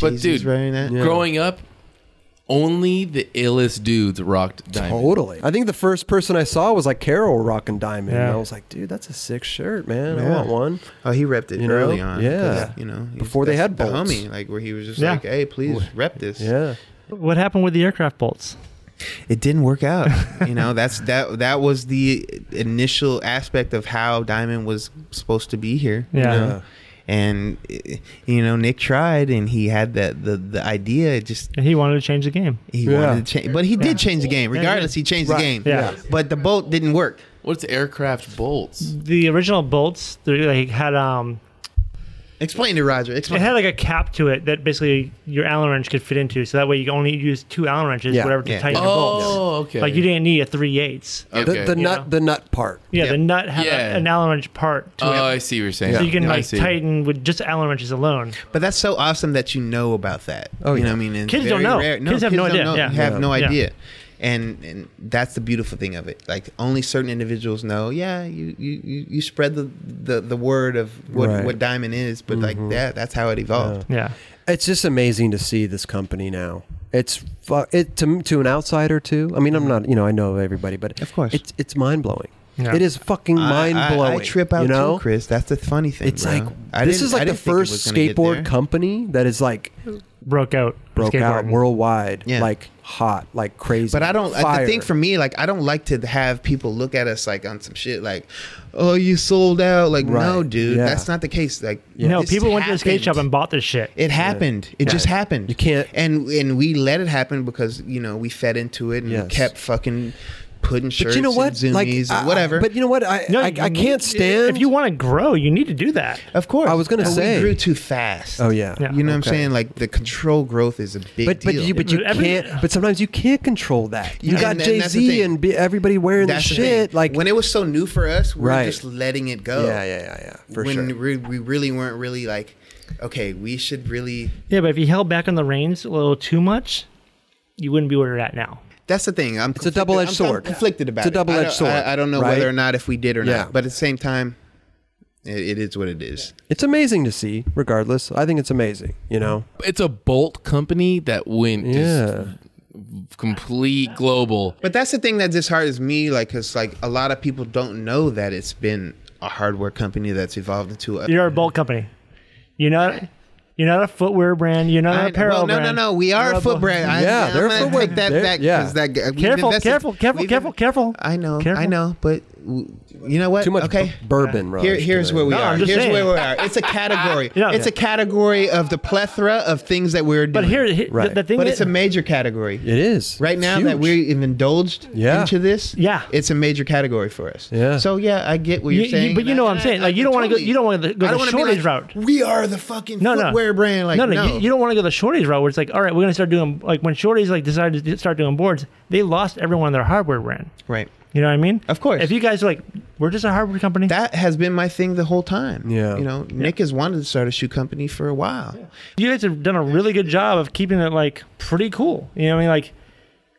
But Jesus dude, wearing that. growing up, only the illest dudes rocked diamond. Totally. I think the first person I saw was like Carol rocking diamond. Yeah. And I was like, dude, that's a sick shirt, man. I Yeah. want one. Oh, he repped it You know? early on. 'cause, Yeah. You know, he's- Before they that's had the bolts. homie, like where he was just Yeah. like, hey, please rep this. Yeah. What happened with the aircraft bolts? it didn't *laughs* work out. you know, that's that that was the initial aspect of how Diamond was supposed to be here. you Yeah. know? Yeah. And eh, you know, Nick tried, and he had that the the idea. it Just And he wanted to change the game. he Yeah. wanted to change, but he did change the game. Yeah, he Regardless, did. he changed Right. the game. Yeah. But the boat didn't work. What's aircraft bolts? The original bolts they like had um Explain to Roger. Explain. it had like a cap to it that basically your Allen wrench could fit into, so that way you can only use two Allen wrenches, Yeah. whatever to Yeah. tighten your bolts. Oh, okay. Like you didn't need a three eighths. Okay. The, the nut. know? The nut part. Yeah, Yeah. the nut had a- Yeah. an Allen wrench part to oh, it, I see what you're saying. so you can I like see. tighten with just Allen wrenches alone. But that's so awesome that you know about that. Oh, you yeah. know what I mean? It's Kids don't very know. Kids have no idea. know. Yeah. You have Yeah. no Yeah. idea. And, and that's the beautiful thing of it. Like only certain individuals know. Yeah, you you, you you spread the, the, the word of what, Right. Mm-hmm. what diamond is, but like that that's how it evolved. Yeah, It's just amazing to see this company now. It's fu- it to to an outsider too. I Mm-hmm. mean, I'm not you know I know everybody, but Of course. it's it's mind blowing. Yeah. It is fucking I- mind blowing. I, I trip out you know? too, Chris. That's the funny thing. It's bro. like I this didn't- is I like the didn't think it first was gonna get skateboard there. company that is like broke out. broke out skateboarding. worldwide, Yeah. like hot, like crazy. But I don't. I Fire. The thing for me, like, I don't like to have people look at us like on some shit, like, "Oh, you sold out." Like, no, Right. dude, Yeah. that's not the case. Like, No, this people went to the skate shop happened. and bought this shit. It happened. It just happened. You can't- And and we let it happen because you know we fed into it and Yes. kept fucking putting shirts But you know what? and Like zoomies I- and whatever. But you know what? I No, I, you I need- can't stand If you want to grow, you need to do that. of course, I was gonna But say- we grew too fast. Oh yeah. Yeah. You know what I'm Okay. saying? Like the control growth is a big But but deal. you but you But every- can't. But sometimes you can't control that. You Yeah. got And- and Jay that's the Z thing. and be, everybody wearing that's the the thing. shit. Like when it was so new for us, we were Right. just letting it go. yeah yeah yeah yeah for when sure. we, we really weren't really like, okay, we should really. Yeah, but if you held back on the reins a little too much, you wouldn't be where you're at now. That's the thing. I'm a conflicted- double-edged I'm- I'm sword. conflicted about It's a it. double-edged I don't- sword, I, I don't know right? whether or not if we did or Yeah. not. But at the same time, it, it is what it is. It's amazing to see. Regardless, I think it's amazing. You know. It's a bolt company that went Yeah. just complete global. But that's the thing that disheartens me, like, because like a lot of people don't know that it's been a hardware company that's evolved into a. You're a bolt company. You're not. You're not a footwear brand. You're not I- an apparel well, no, brand. no, no. We are You're a foot bolt- brand. I, Yeah, I'm they're gonna footwear- take That, they're- that, yeah. 'cause that, we've Careful, invested- careful, careful, we've careful, in- careful. I know, I Careful. know, but w- you know what? Too much Okay. bu- bourbon. Raj, Here, here's tonight. where we No, are. I'm just Here's saying. where we are. It's a category. *laughs* Yeah. It's a category of the plethora of things that we're doing. But here, here Right. the, the thing but is, it's a major category. It is right It's now that huge. we've indulged Yeah. into this, Yeah. it's a major category for us. Yeah. So yeah, I get what You- you're you- saying, but you and know I- what I'm and saying. I- Like, I you don't wanna totally- go- you don't wanna go I the don't wanna be shortage route. like, We are the fucking no, no. footwear brand. Like, no, no, no, You, you don't want to go the shorties route where it's like, all right, we're gonna start doing like when shorties like decided to start doing boards, they lost everyone their hardware brand. right. You know what I mean? Of course. If you guys are like, we're just a hardware company. That has been my thing the whole time. Yeah. You know, Nick has wanted to start a shoe company for a while. you guys have done a really good job of keeping it like pretty cool. You know what I mean? Like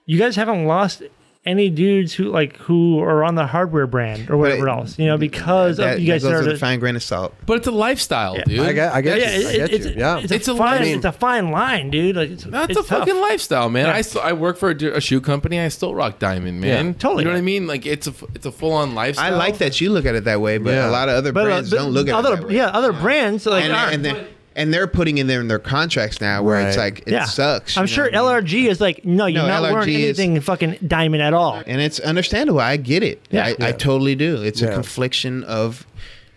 you guys haven't lost any dudes who like who are on the hardware brand or whatever else. You know because That, of you guys that goes with started. a fine grain of salt. But it's a lifestyle, dude. I get I get yeah, you. I it- get it's, you. Yeah. it's a It's a fine, line. it's a fine line, dude. Like, it's, That's it's a tough. fucking lifestyle, man. Yeah. I still, I work for a, d- a shoe company. I still rock diamond, man. Yeah, totally. You know what I mean? Like it's a f- it's a full on I lifestyle. like that you look at it that way, but a Yeah. lot of other But, uh, brands but don't look at other, it that way. yeah, other brands like and, are- and, they're, and they're putting in there in their contracts now where it's Right. like it yeah. sucks. I'm you know sure what I mean? LRG is like, no, you're No, not wearing LRG is- anything fucking diamond at all. and it's understandable. I get it. Yeah. I, Yeah. I totally do. It's Yeah. a confliction of,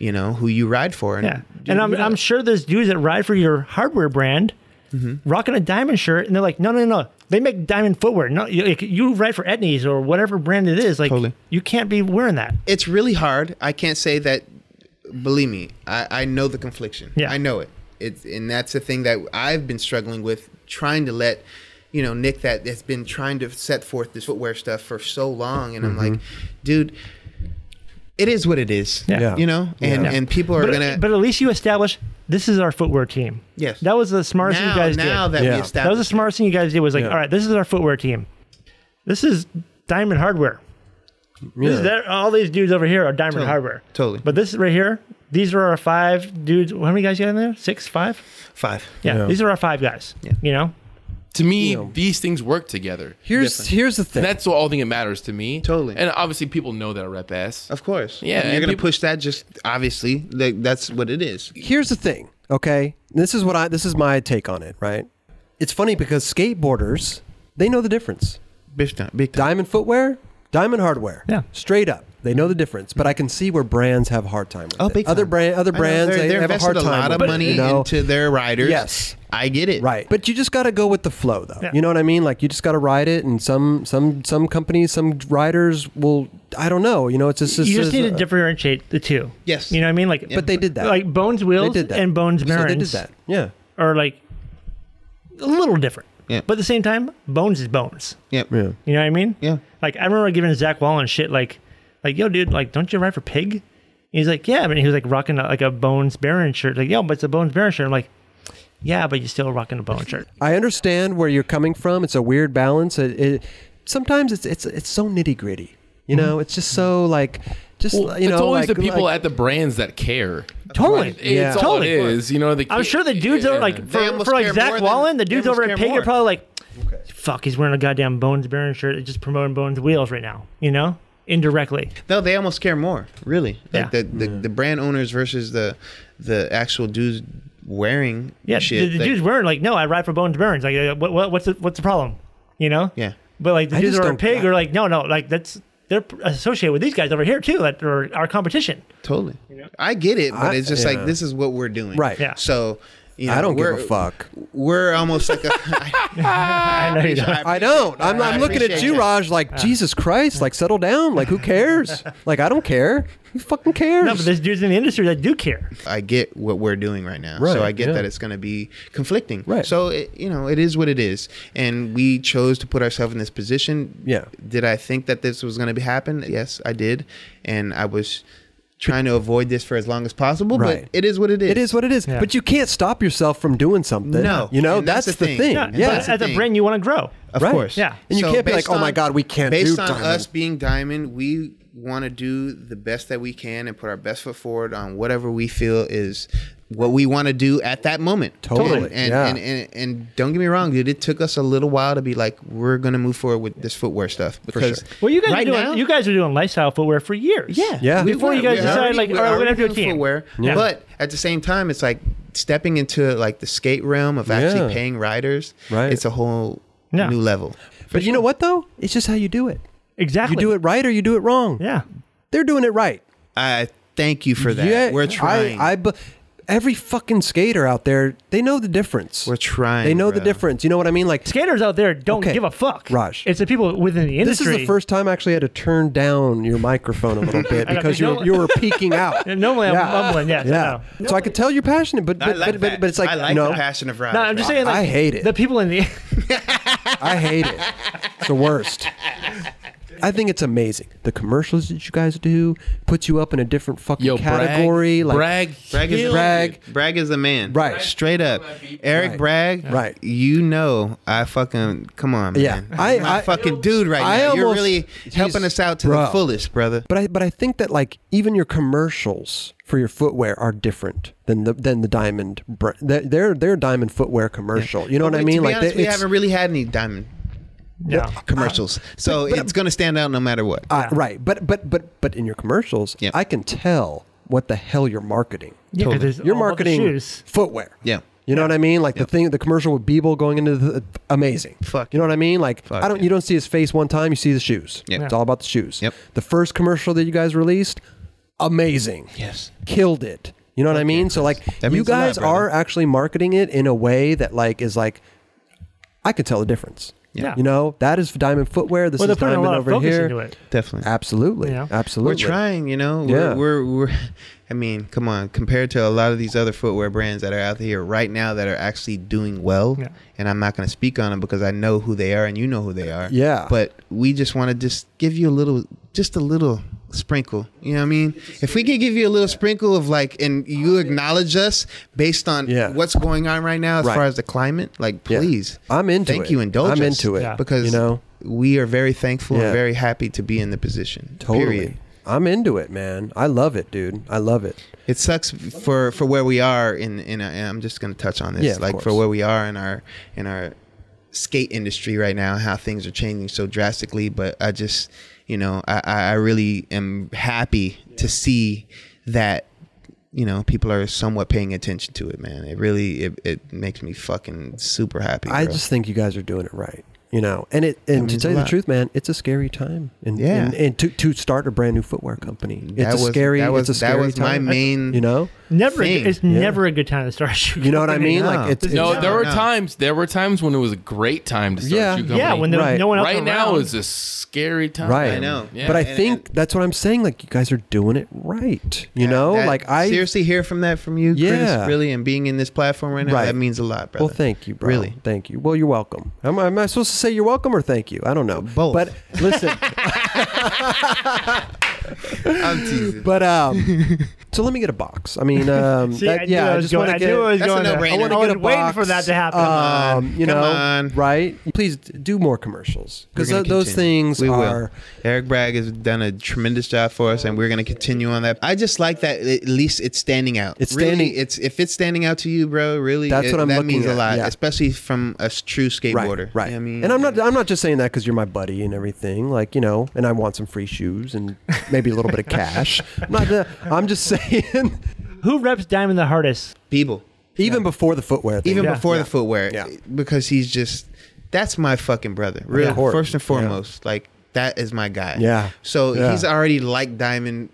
you know, who you ride for. And Yeah, and I'm, I'm sure there's dudes that ride for your hardware brand, Mm-hmm. rocking a diamond shirt, and they're like, no, no, no, they make diamond footwear. No, you, like, you ride for Etnies or whatever brand it is. Like, Totally. you can't be wearing that. it's really hard. I can't say that. Believe me, I, I know the confliction. Yeah. I know it. It's and that's the thing that I've been struggling with, trying to let, you know, Nick that has been trying to set forth this footwear stuff for so long, and I'm like, dude, it is what it is. Yeah. Yeah. You know, and Yeah. and people are But, gonna. but at least you establish this is our footwear team. Yes. that was the smartest thing now, you guys now did. that Yeah. we That established, that was the smartest thing you guys did. Was like, Yeah. all right, this is our footwear team. This is diamond hardware. This is Yeah. their- all these dudes over here are diamond hardware. totally. But this right here, these are our five dudes. How many guys you got in there? Six, five. five. Yeah, Yeah. these are our five guys. You know, to me, You know. these things work together. Here's here's the thing. And that's the all thing that matters to me. Totally. And obviously, people know that I rep ass. Of course. Yeah, And you're and gonna people- push that. Just obviously, like, that's what it is. here's the thing, okay? This is what I this is my take on it, right? It's funny because skateboarders, they know the difference. Big time. Big time. Diamond footwear, diamond hardware. Yeah. Straight up. They know the difference, but I can see where brands have a hard time with Oh, it. big other time. brand other I know, brands they're, they they're have a hard invested time a lot of with it, money you know? into their riders. Yes. I get it. Right. But you just got to go with the flow though. Yeah. You know what I mean? Like you just got to ride it and some some some companies, some riders will I don't know, you know, it's just, you it's just need to uh, differentiate the two. Yes. You know what I mean? Like, But they did that. Like Bones Wheels they did that. and Bones So Marins they did that. Yeah. are like a little different. Yeah. But at the same time, Bones is Bones. Yeah. Yeah. You know what I mean? Yeah. Like I remember giving Zach Wallen shit like, like yo dude, like don't you ride for Pig? And he's like, yeah. I mean, he was like rocking a, like a Bones Baron shirt. Like yo, but it's a Bones Baron shirt. I'm like, yeah, but you're still rocking a Bones shirt. I understand where you're coming from. It's a weird balance. It, it sometimes it's it's it's so nitty gritty. You Mm-hmm. know, it's just so like just Well, you know it's always like- the people like- at the brands that care. Totally. Yeah. It's all Totally. it is. You know, the I'm ki- sure the dudes over Yeah. like for, almost for like care more Zach than- Wallen, the they dudes almost over at care Pig are more. probably like, "Fuck, he's wearing a goddamn Bones Baron shirt. It's just promoting Bones Wheels right now." You know, indirectly. No, they almost care more. Really. Yeah. Like the, the, the brand owners versus the the actual dudes wearing Yeah, shit. the, the like- dudes weren't like, no, I ride for Bones Burns. Like, uh, what, what, what's the what's the problem? You know? Yeah. But like the I dudes just that are a don't- pig are like, no, no, like that's they're associated with these guys over here too. That are our competition. Totally. I get it, but I- it's just yeah. like this is what we're doing. Right. Yeah. So you know, I don't give a we're- fuck. We're almost like a. *laughs* I know you don't. I don't. I'm, I I'm looking at appreciate you, that. Raj, like, Jesus Christ, like, settle down. Like, *laughs* who cares? like, I don't care. Who fucking cares? No, but there's dudes in the industry that do care. I get what we're doing right now. Right, So I get yeah. that it's going to be conflicting. Right. So it, you know, it is what it is, and we chose to put ourselves in this position. Yeah. Did I think that this was going to happen? Yes, I did, and I was trying to avoid this for as long as possible. Right. But it is what it is. it is what it is. Yeah. But you can't stop yourself from doing something. No. You know, And that's, that's the the thing. thing. Yeah, Yeah. And but the as a thing. brand, you want to grow. Of Right. course. Yeah. And you can't be based like, "Oh my God, we can't Based do on Diamond." us being Diamond, we want to do the best that we can and put our best foot forward on whatever we feel is what we want to do at that moment. Totally. And, and, Yeah. and, and, and don't get me wrong, dude. It took us a little while to be like, we're going to move forward with this footwear stuff because Well, you guys right are doing now, you guys are doing lifestyle footwear for years. yeah. Yeah. we Before were. you guys We decided, already- like, we all right, we're gonna already do a doing team. Footwear. Yeah. But at the same time, it's like stepping into like the skate realm of Yeah. actually paying riders. Right. It's a whole Yeah. new level. But you know what, though? It's just how you do it. exactly. You do it right or you do it wrong. Yeah, They're doing it right. I thank you for that. We're trying. I, I bu- every fucking skater out there, they know the difference. We're trying, They know the bro. difference. You know what I mean? Like skaters out there don't Okay. give a fuck. Raj. it's the people within the this industry. is the first time I actually had to turn down your microphone a *laughs* little bit I got- because you were, no- you were peeking *laughs* out. Yeah, normally I'm mumbling, yes, I Yeah. So I could tell you're passionate, but but, but, but, but it's like I like no, the passion of Raj. No, I'm just saying. Like, I hate it. The people in the *laughs* I hate it. It's the worst. I think it's amazing. The commercials that you guys do puts you up in a different fucking Yo, category. Bragg, like Bragg, Bragg is killed Bragg. it. Bragg is the man, Right. Straight up, Eric Right. Bragg. Right. You know, I fucking come on, man. Yeah. I- my I- fucking dude right I now. You're almost- really Jeez, helping us out to bro. the fullest, brother. But I but I think that like even your commercials for your footwear are different than the than the diamond. Br- they're- they're they're diamond footwear commercial. You know what I To mean? be like honest, we they- it's- haven't really had any diamond yeah. commercials, so it's gonna stand out no matter what. uh, right. But but but but in your commercials, Yeah. I can tell what the hell you're marketing. Yeah, 'cause it's You're all about the marketing shoes. footwear. Yeah. You know what I mean? Like the thing, the commercial with Beeble going into the amazing. Fuck You know what I mean? Like Fuck I don't, yeah. you don't see his face one time. You see the shoes. Yeah. It's all about the shoes. Yep. The first commercial that you guys released, amazing. Yes. Killed it. You know what I mean? So like, That you means a lot, guys brother. are actually marketing it in a way that like is like, I could tell the difference. Yeah. You know that is diamond footwear. This Well, they're is putting a diamond lot of over focus here. into it. Definitely. Absolutely. Yeah. Absolutely. We're trying, you know. Yeah. We're, we're we're *laughs* I mean, come on, compared to a lot of these other footwear brands that are out here right now that are actually doing well, Yeah. and I'm not going to speak on them because I know who they are and you know who they are. Yeah. But we just want to just give you a little just a little sprinkle, you know what I mean? If we could give you a little sprinkle of like and you acknowledge us based on Yeah. what's going on right now as Right. far as the climate, like Yeah. please. I'm into Thank it. you indulge I'm us into it. Yeah. because you know we are very thankful Yeah. and very happy to be in the position. totally. Period. I'm into it, man. I love it, dude. I love it. it sucks for for where we are in in a, and I'm just going to touch on this Yeah, of like for course. where we are in our in our skate industry right now how things are changing so drastically but I just you know I I I really am happy to see that you know people are somewhat paying attention to it man it really it, it makes me fucking super happy I bro. just think you guys are doing it right. You know, and it and to means tell a you the lot. truth, man, it's a scary time. And Yeah. and, and to, to start a brand new footwear company, it's That a was- scary. that was- it's a that scary was my time. main- You know, Never, a thing. good- it's never a good time to start a shoe. you know what I company. mean. No. Like it's, it's No, there were No. times. There were times when it was a great time to start Yeah. a shoe company. Yeah, when there was Right. no one else right around. now is a scary time. right. I know. Yeah. but I And- think and- that's what I'm saying. Like you guys are doing it right. You That- know, that- like I seriously hear from that from you Yeah. Chris really and being in this platform right now Right. that means a lot brother Well, thank you, bro. *laughs* Really. thank you. Well, you're welcome. Am, I- am I supposed to say you're welcome or thank you? I don't know. Both. But listen, I'm teasing but um, *laughs* so let me get a box. I mean, um, See, that- I knew yeah, I I, was just going. want I to get. knew I was That's a going. there. I no-brainer. wanna I was get a waiting for box. that to happen. Um, you Come know, on. right? Please do more commercials because We're gonna those continue. things We will. are Eric Bragg has done a tremendous job for us, and we're going to continue on that. I just like that at least it's standing out. It's Really, standing- It's if it's standing out to you, bro. Really, That's it- what I'm That looking means at, a lot, yeah. especially from a s- true right, skateboarder. right. You know what I mean, and I'm not. I'm not just saying that because you're my buddy and everything. Like you know, and I want some free shoes and maybe a *laughs* little bit of cash. I'm not. the- I'm uh, just saying. *laughs* Who reps Diamond the hardest? people. Even before the footwear thing. even Yeah. before Yeah. the footwear Yeah. because he's just that's my fucking brother real Of course. first and Yeah. foremost like that is my guy Yeah. so Yeah. he's already like diamond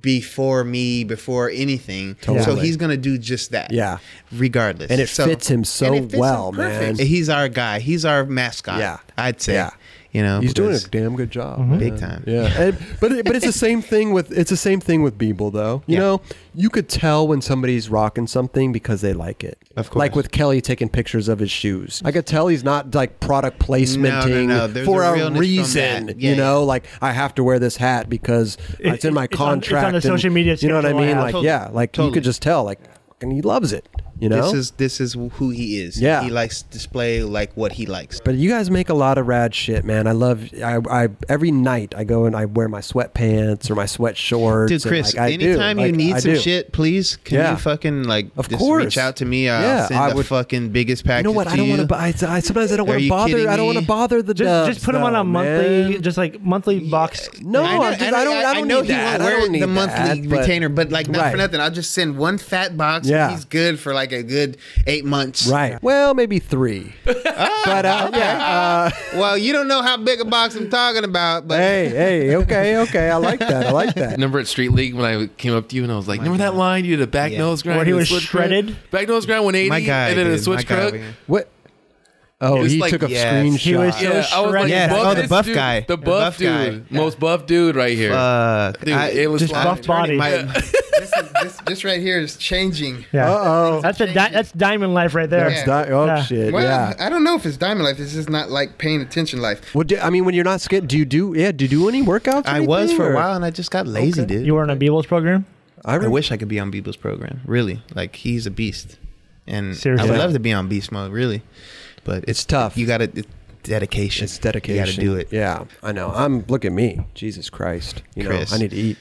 before me before anything so Totally. he's gonna do just that Yeah. regardless And it fits him so and well, perfect. man. he's our guy he's our mascot Yeah. i'd say Yeah. you know He's doing a because- damn good job, Mm-hmm. Big man. time. Yeah, And- but it, but it's the same thing with it's the same thing with Beeble though. You Yeah. know, you could tell when somebody's rocking something because they like it. Of course. like with Kelly taking pictures of his shoes, I could tell he's not like product placementing no, there's for a a, realness from reason. that. Yeah, you know, like I have to wear this hat because It- it's in my it's on- it's on contract. the and- social media you know what I schedule I mean? have. Like Totally. yeah, like you Totally. could just tell like, and he loves it. You know, this is this is who he is Yeah. he likes to display like what he likes But you guys make a lot of rad shit, man. I love. I, I every night I go and I wear my sweatpants or my sweatshorts. Dude, and, Chris, like, I do. anytime you Like, need I some do. shit, please can Yeah. you fucking like Of just course. reach out to me? I'll Yeah, send I the would- fucking biggest package. You know what? To I don't want to. buy. I, I sometimes I don't Are want to you bother. kidding I don't want to me? bother the Just doves, just put them on a though, monthly, man. just like monthly box. No, I know, I'm just- I, and don't. I don't know need he that. won't I wear don't need the that, monthly but- retainer, but like not Right. for nothing. I'll just send one fat box. Yeah. Yeah. he's good for like a good eight months. Right. Well, *laughs* maybe three. but uh, yeah. Uh, Well, you don't know how big a box I'm talking about, but hey, hey. Okay, okay. I like that. I like that. Remember at Street League when I came up to you and I was like, "Remember that line? You did a back Yeah. nose grind, Where he and a was switch crook? shredded? back nose grind 180, my guy, and then dude, a switch my guy crook." over here. What? Oh, It's he like- took a Yes. screenshot. He was so Yeah, I was like, shredded. Yes. buff Oh, the this buff dude- guy. the The buff, buff guy. dude, most buff dude right here. Fuck, Dude, it was just like- buff body. my, Yeah. *laughs* this, is, this, this right here is changing. yeah. Uh-oh. *laughs* That's a di- that's diamond life right there. That's not- oh Yeah. shit. Well, *laughs* yeah. I don't know if it's diamond life. It's just not like paying attention life. Well, do, I mean, when you're not scared, do you do? Yeah, do you do any workouts? or I was anything, for or- a while, and I just got lazy, dude. You were on a Beebles program. I, I re- wish I could be on Beeble's program. Really, like he's a beast, and Seriously. I would Yeah. love to be on Beast Mode. Really, but it's, tough. You got to dedication. *laughs* It's dedication. You got to do it. Yeah, I know. I'm look at me, Jesus Christ. You know, Chris. I need to eat.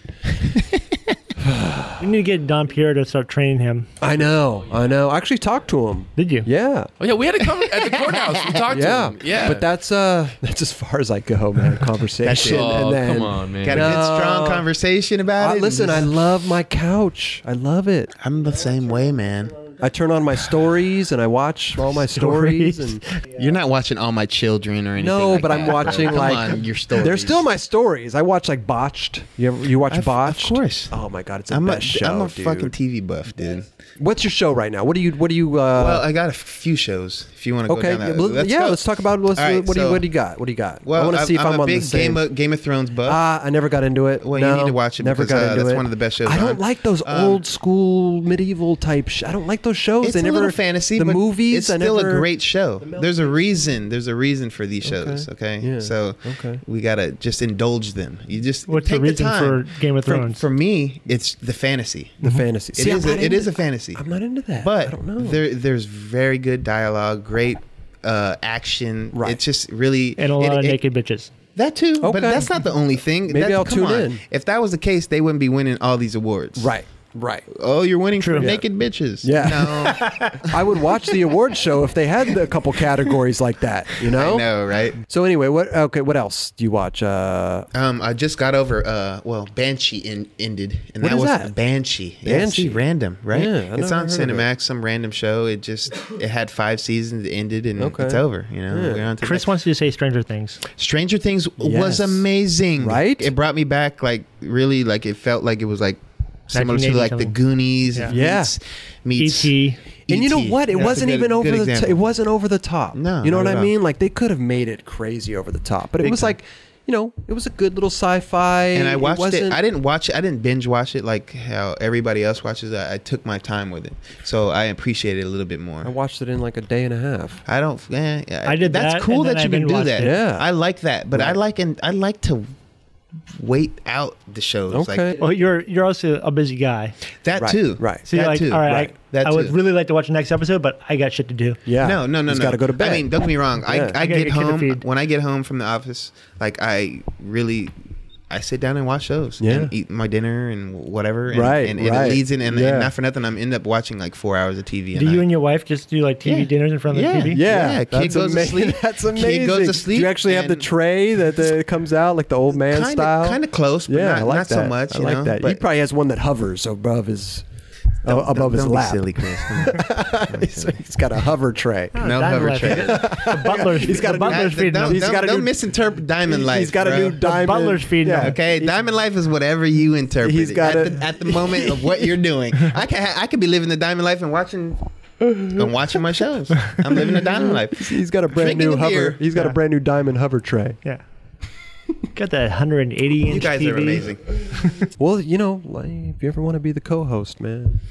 You need to get Don Pierre to start training him. I know. I know. I actually talked to him. Did you? Yeah. oh yeah, we had to come at the courthouse. We talked Yeah. to him. Yeah, But that's uh, *laughs* that's as far as I go, *laughs* man. Conversation. Oh, and then, come on, man. Got a good strong No. conversation about I, it. and listen, I just- love my couch. I love it. I'm the same way, man. I turn on my stories and I watch all *laughs* my stories, and You're not watching all my children or anything. No, like but I'm that, bro. watching, Come like- on, your stories. they're still my stories. I watch like Botched. You ever, you watch I've- of Botched? course. Oh my god, it's the I'm a, best show, I'm a dude. fucking TV buff, dude. What's your show right now? What do you what do you? Uh, Well, I got a few shows. If you want to okay, go down that, well, yeah. go. Let's talk about let's, All right, what do you so- what do you got? What do you got? Well, I want to see if I'm I'm, a on big the same. Game of, Game of Thrones buff. Ah, I never got into it. Well, you No, need to watch it Never because, got uh, into that's it. one of the best shows I don't on- like those Um, old school medieval type. Sh- I don't like those shows. It's they a never little fantasy. The but movies. It's I still never- a great show. There's a reason. There's a reason for these shows. Okay. Yeah. So Okay. we gotta just indulge them. You just What's the take reason time. for Game of For- Thrones? For, me, it's the fantasy. Mm-hmm. The fantasy. It See, I'm is not A, it into- is a fantasy. I'm not into that. But I don't know. there, there's very good dialogue. Great. Uh, action. Right. It's just really And a lot it- of it- naked bitches. That too. Okay. But that's not the only thing. Maybe That- I'll come tune on. in. If that was the case, they wouldn't be winning all these awards. Right. Right. Oh, you're winning for True. Yeah. naked bitches. Yeah. No. *laughs* I would watch the award show if they had a couple categories like that. You know. I know, right? So anyway, what? Okay, what else do you watch? Uh, Um, I just got over. Uh, well, Banshee en- ended, and What that is was that? Banshee. Banshee. Banshee, random, right? Yeah, I it's never on heard of Cinemax, some random show. It just it had five seasons, it ended, and Okay. it's over. You know, we're on to the Chris next. wants you to say Stranger Things. Stranger Things Yes. was amazing, Right? It brought me back, like really, like it felt like it was like similar to 1980 like the something. Goonies, Yeah. E meets, E meets E.T. and you know E.T.. what? It E That's a wasn't good- even good over the. example. T- it wasn't over the top. No, you know what not at I all. mean? Like they could have made it crazy over the top, but it Big was time. like, you know, it was a good little sci-fi. and I watched it, wasn't- I didn't watch it. I didn't binge watch it like how everybody else watches. it. I, I took my time with it, so I appreciate it a little bit more. I watched it in like a day and a half. I don't. Eh, I did That's that, cool and then that you I can do binge-watched that. it. Yeah. I like that, but I like and I like to wait out the shows. Okay. Like Well, you're you're also a busy guy. that Right, too. right. So you're that like, too. all right, I, That I too. would really like to watch the next episode, but I got shit to do. Yeah. No, no, no, He's no. Got to go to bed. I mean, don't get me wrong. Yeah. I, I I gotta get get kid to home feed. when I get home from the office. Like I really, I sit down and watch shows. Yeah. and eat my dinner and whatever. And, Right, and, and right. it leads in, and, Yeah. and not for nothing, I'm end up watching like four hours of TV. Do night. you and your wife just do like TV Yeah. dinners in front of Yeah. the TV? yeah, Yeah, kid that's goes to amazing. sleep. *laughs* That's Kid goes amazing. to Do sleep you actually have the and- tray that uh, comes out like the old man Kinda- style? kinda close, but yeah, not- I like not so that. much, I you like know, that. He but- probably has one that hovers above his uh, above don't, his don't be lap. silly, Chris. *laughs* Come on. *laughs* he's, he's got a hover tray. No Diamond hover Life. tray. The butler's, He's got the a- butler's That- feeding don't, him. He's don't- got a don't new- misinterpret Diamond Life. he's got a bro. new diamond. butler's feeding him. *laughs* Okay, diamond life is whatever you interpret. He's it got at, a- the, at the moment of what you're doing. I can I could be living the diamond life and watching and watching my shows. I'm living the diamond life. He's got a brand Drinking new the hover. beer. He's got a brand new diamond hover tray. Yeah. Got that 180 inch You guys TV. are amazing. Well, you know, like, if you ever want to be the co-host, man,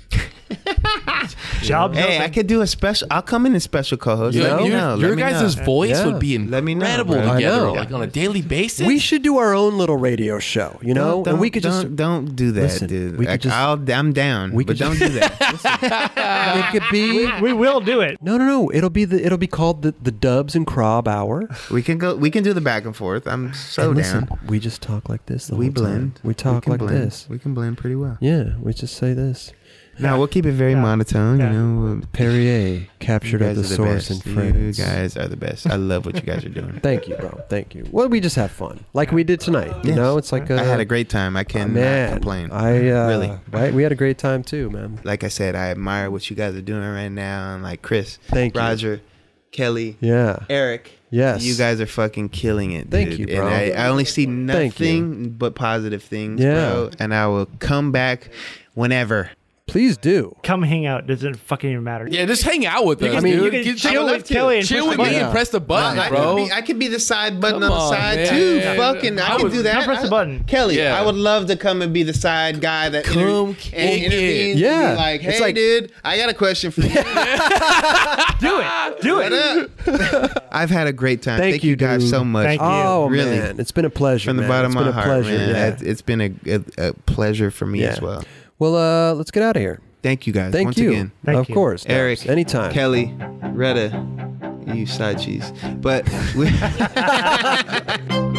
Job Hey, open. I could do a special. I'll come in as special co-host. You- Let me you- know. your Let me guys' know. voice Yeah. would be Let me know, incredible bro. together, I know. like *laughs* on a daily basis. we should do our own little radio show. You know, Don't, and we could don't, just don't do that, Listen, dude. we could Like, just- I'll, I'm down, we but could don't do that. it could be. we will do it. No, no, no. It'll be the it'll be called the the Dubs and Crob Hour. we can go. We can do the back and forth. I'm so down. And listen, we just talk like this. The We whole time. blend. We talk can like blend. this. We can blend pretty well. Yeah, we just say this. No, we'll keep it very Yeah. monotone. Yeah. You know, We'll- Perrier You captured at guys the, are source best. in You France. guys are the best. I love what you guys are doing. *laughs* Thank you, bro. Thank you. Well, we just have fun, like we did tonight. You Yes. know, it's like I had a great time. I cannot man. complain. I uh, Really. right? We had a great time too, man. like I said, I admire what you guys are doing right now. And like Chris, Thank you. Roger, Kelly, Yeah. Eric. Yes. You guys are fucking killing it. Thank dude. you, bro. And I, I only see Thank you. nothing but positive things, Yeah. bro. And I will come back whenever. Please do. Come hang out. Doesn't fucking even matter. yeah, just hang out with us. I mean, dude. you can Get- chill I would with love to. Kelly and chill push with the me button. and press the button, I bro. could, be, I could be the side button Come on on, the side yeah, too. yeah, yeah. Fucking, I, I can would- do that. Now press the button. Kelly. Yeah. I would love to come and be the side guy that inter- Come and kick it. intervene. Yeah, Yeah. like, It's hey, like- dude, I got a question for you. Do it. Do it. *laughs* I've had a great time. Thank Thank, you you, guys dude. so much. Thank you. Oh Really. man, it's been a pleasure. From the man. bottom It's of been my a heart, pleasure. man. Yeah. It- It's been a, a, a pleasure for me as well. Well, uh, let's get out of here. Thank you guys Thank once you. again. Thank of you. course, Dubs. Eric, Anytime. Kelly, *laughs* Retta, you side cheese. But we.